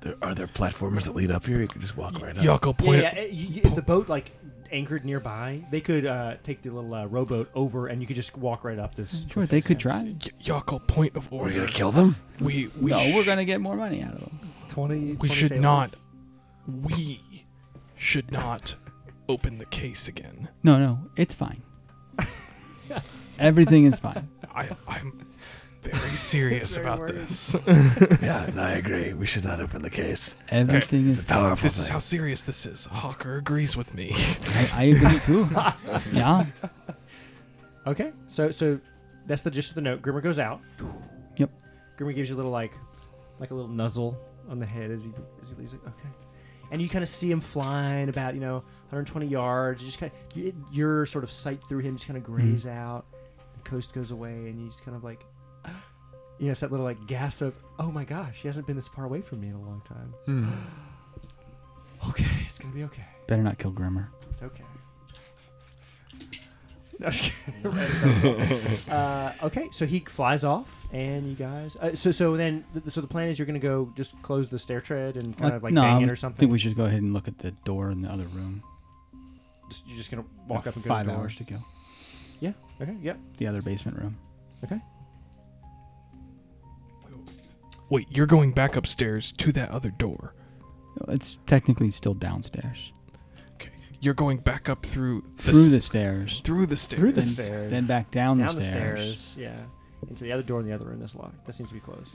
There, are there platforms that lead up here? You can just walk right up.
Yoko
yeah,
point.
yeah, eh, it- you- you- if the boat like anchored nearby, they could uh, take the little uh, rowboat over, and you could just walk right up this.
Sure, they could try.
Y- Yoko point of
We're
order.
gonna kill them.
We we
No, we're
sh-
gonna get more money out of him.
Twenty.
we should not. We should not open the case again.
No, no, it's fine. Everything is fine.
I I'm very serious
very
about
worried.
this.
yeah, no, I agree. We should not open the case.
Everything
It's
is
a powerful
this is
thing.
how serious this is. Hawker agrees with me.
I, I agree too. yeah.
Okay, so so that's the gist of the note. Grimmer goes out.
Yep.
Grimmer gives you a little like, like a little nuzzle on the head as he as he leaves. Like, okay, and you kind of see him flying about you know 120 yards. You just kind of you, your sort of sight through him just kind of grays out. The coast goes away, and you just kind of like, you know, it's that little like gasp of, oh my gosh, he hasn't been this far away from me in a long time. okay, it's gonna be okay.
Better not kill Grimmer.
It's okay. No, I'm just kidding. Right, no. uh, okay, so he flies off, and you guys. Uh, so so then, th- so the plan is you're gonna go just close the stair tread and kind of like
no,
bang
I
it or
think
something.
we should go ahead and look at the door in the other room.
Just- you're just gonna walk
Got
up and go to
five
the door.
hours to go.
Yeah. Okay. Yep.
the other basement room.
Wait, you're going back upstairs to that other door.
It's technically still downstairs.
Okay. You're going back up through the
through
s-
the stairs.
through the stairs.
Through the
then,
stairs.
Then back down,
Down the stairs. Yeah. Into the other door in the other room that's locked. That seems to be closed.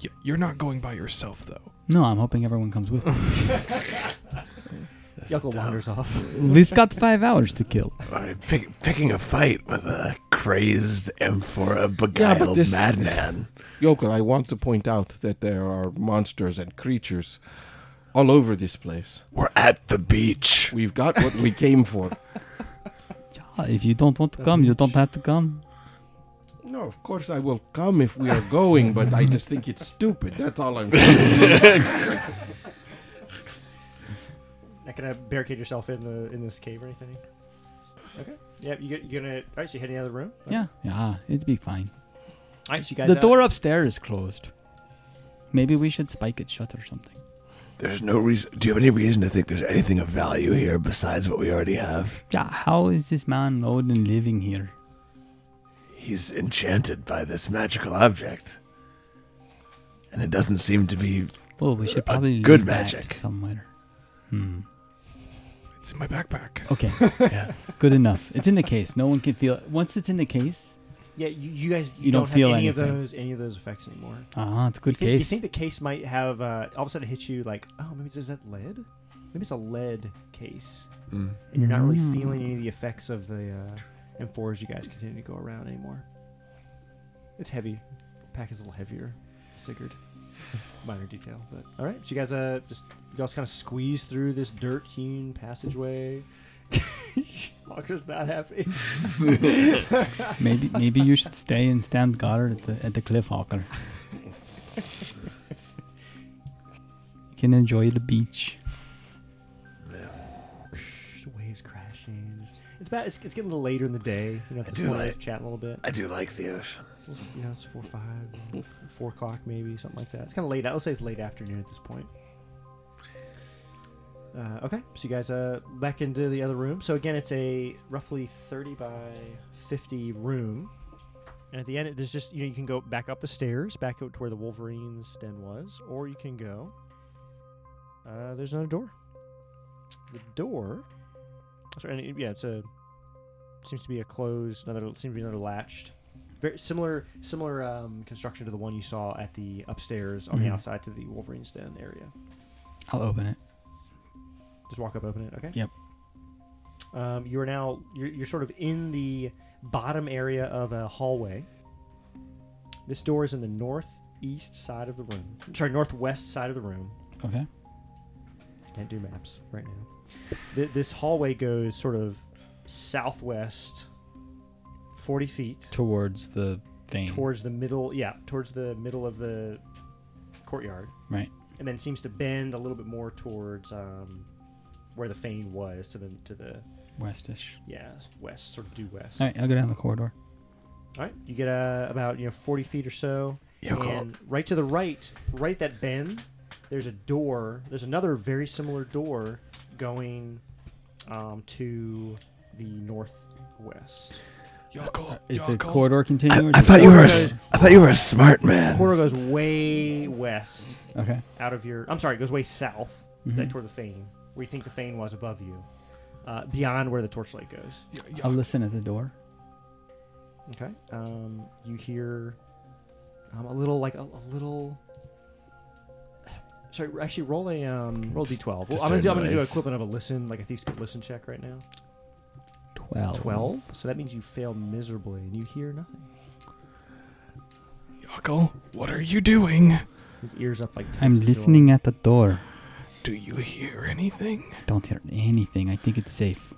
Yeah, you're not going by yourself though.
No, I'm hoping everyone comes with me.
Yuckle wanders off.
Lee's got five hours to kill.
Alright, pick, picking a fight with a crazed amphora beguiled
this-
madman.
Yoko, I want to point out that there are monsters and creatures all over this place.
We're at the beach.
We've got what we came for.
Yeah, if you don't want to come, you don't have to come.
No, of course I will come if we are going, but I just think it's stupid. That's all I'm saying.
Not gonna barricade yourself in the in this cave or anything. Okay. Yeah. You get, you're gonna. All right. So you head in the other room.
Yeah, yeah, it'd be fine.
All right. So you guys.
the
uh,
door upstairs is closed. Maybe we should spike it shut or something.
There's no reason. Do you have any reason to think there's anything of value here besides what we already have?
Yeah, how is this man Odin living here?
He's enchanted by this magical object. And it doesn't seem to be.
Oh, we should probably
good
leave that
magic.
somewhere. Hmm.
It's in my backpack.
Okay. yeah. Good enough. It's in the case. No one can feel it. Once it's in the case,
Yeah. You, you guys. You,
You
don't,
don't feel
have any of
anything.
those any of those effects anymore.
ah, it's a good
you think, you
case.
think the case might have uh, all of a sudden it hits you like, oh, maybe is that lead? Maybe it's a lead case, and you're not really
Mm.
feeling any of the effects of the uh, M4s you guys continue to go around anymore. It's heavy. Pack is a little heavier, Sigurd. Minor detail, but all right. So you guys, uh, just you guys kind of squeeze through this dirt-hewn passageway. Locker's not happy.
maybe maybe you should stay and stand guard at the at the cliffhanger. you can enjoy the beach.
The waves crashing. It's bad. It's, it's getting a little later in the day. You know,
I
at
do
this point,
like-
let's chat a little bit.
I do like the ocean.
It's, just, you know, it's four five, four o'clock maybe, something like that. It's kind of late. I'll say it's late afternoon at this point. Uh, okay, so you guys uh, back into the other room. So again, it's a roughly thirty by fifty room, and at the end, it- there's just you know you can go back up the stairs, back out to where the Wolverine's den was, or you can go. Uh, there's another door. The door. Sorry, and it- yeah, it's a seems to be a closed. Another seems to be another latched very similar similar um, construction to the one you saw at the upstairs on the
Mhm.
outside to the Wolverine's Den area.
I'll open it.
Just walk up, open it. Okay.
Yep.
Um, you are now you're, you're sort of in the bottom area of a hallway. This door is in the northeast side of the room. Sorry, northwest side of the room.
Okay.
Can't do maps right now. Th- this hallway goes sort of southwest, forty feet.
Towards the vein.
towards the middle yeah towards the middle of the courtyard
Right.
and then seems to bend a little bit more towards um, where the fane was to the to the
westish.
yeah west sort of due west
All right, I'll go down the corridor.
all right you get uh, about you know 40 feet or so
Yoko,
and right to the right right at that bend there's a door there's another very similar door going um, to the northwest
Yoko,
Is the
Yoko.
corridor
I,
continuing?
I thought you were. A, s- I thought you were a smart man.
corridor goes way west
Okay.
out of your. I'm sorry, it goes way south, like
Mhm.
toward the fane, where you think the fane was above you, uh, beyond where the torchlight goes.
Y-
I'll
Yoko.
listen at the door.
Okay. Um, you hear um, a little, like a, a little. Sorry, actually, roll a um, roll d12. Well, I'm gonna do, I'm gonna do an
Discern
equivalent of a listen, like a thieves could listen check right now. Oh.
Twelve.
Twelve. So that means you fail miserably, and you hear nothing.
Yoko, what are you doing?
His ears up like. taped
I'm
to the door.
listening at the door.
Do you hear anything?
I don't hear anything. I think it's safe.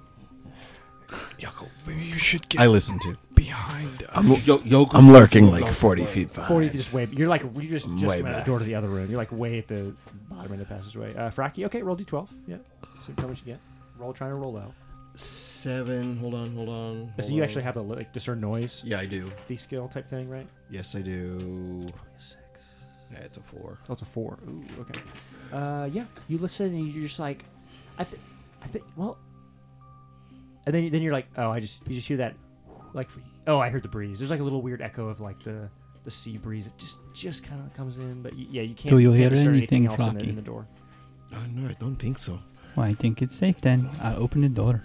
Yoko, maybe you should get
I listen to.
behind us.
Yo- Yoko
I'm lurking
Lots
like
of
40
words.
feet behind.
Forty feet just way. You're like you just
I'm
just
way
went out
back.
the door to the other room. You're like way at the bottom end of the passageway. Uh, Fracky, okay, roll d12. Yeah. So tell me what you get. Roll, trying to roll out.
Seven. Hold on, hold on.
So you actually have a like discern noise
Yeah, I do.
thief skill type thing, right?
Yes, I do.
Six.
Yeah, it's a four.
Oh, it's a four. Ooh, okay. Uh, yeah. You listen and you're just like, I think, I think, well. And then then you're like, oh, I just you just hear that like for, oh i heard the breeze there's like a little weird echo of like the the sea breeze it just just kind of comes in but y- yeah you can't
Do you
can't
hear
discern
anything,
else in the,
Flocky?
in the door
Oh, no, I don't think so.
Well, I think it's safe then. I open the door.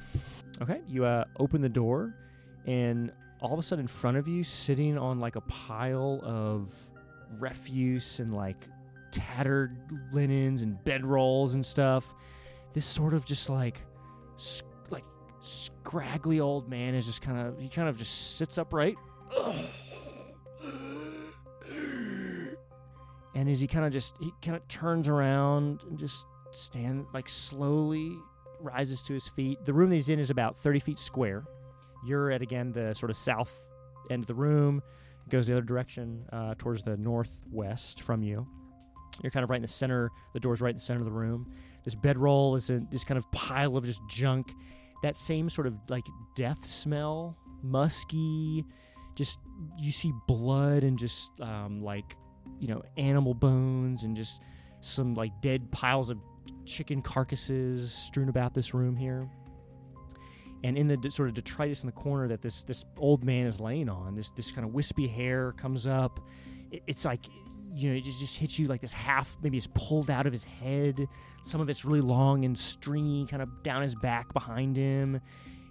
Okay, you uh, open the door, and all of a sudden, in front of you, sitting on like a pile of refuse and like tattered linens and bedrolls and stuff, this sort of just like, sc- like scraggly old man is just kind of he kind of just sits upright, and as he kind of just he kind of turns around and just stands like slowly rises to his feet. The room that he's in is about 30 feet square. You're at, again, the sort of south end of the room. It goes the other direction uh, towards the northwest from you. You're kind of right in the center. The door's right in the center of the room. This bedroll is in this kind of pile of just junk. That same sort of like death smell, musky, just you see blood and just um, like, you know, animal bones and just some like dead piles of chicken carcasses strewn about this room here. And in the d- sort of detritus in the corner that this this old man is laying on, this this kind of wispy hair comes up. It, it's like you know, it just, just hits you like this half maybe it's pulled out of his head. Some of it's really long and stringy, kind of down his back behind him.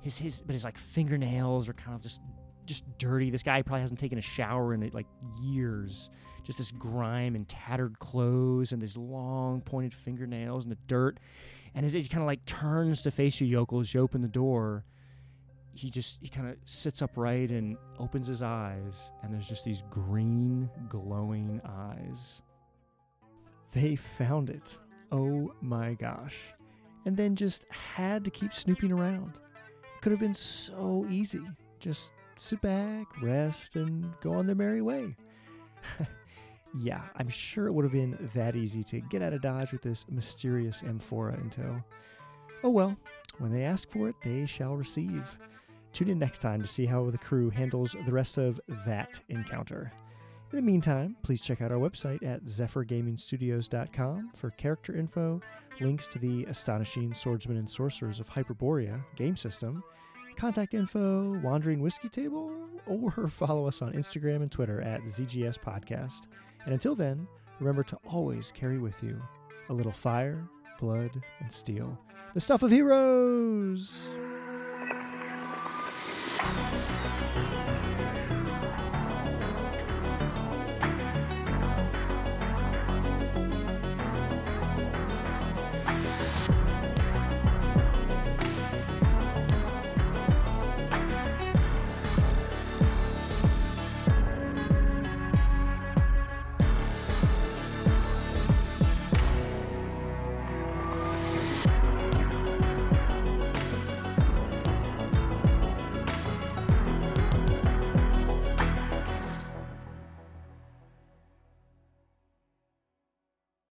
His his but his like fingernails are kind of just just dirty. This guy probably hasn't taken a shower in like years just this grime and tattered clothes and these long pointed fingernails and the dirt. And as he kind of like turns to face you, Yokel, as you open the door, he just he kind of sits upright and opens his eyes, and there's just these green glowing eyes. They found it. Oh my gosh. And then just had to keep snooping around. It could have been so easy. Just sit back, rest, and go on their merry way. Yeah, I'm sure it would have been that easy to get out of Dodge with this mysterious amphora in tow. Oh well, when they ask for it, they shall receive. Tune in next time to see how the crew handles the rest of that encounter. In the meantime, please check out our website at zephyrgamingstudios.com for character info, links to the astonishing swordsmen and sorcerers of Hyperborea game system, contact info, wandering whiskey table, or follow us on Instagram and Twitter at ZGS Podcast. And until then, remember to always carry with you a little fire, blood, and steel. The stuff of heroes!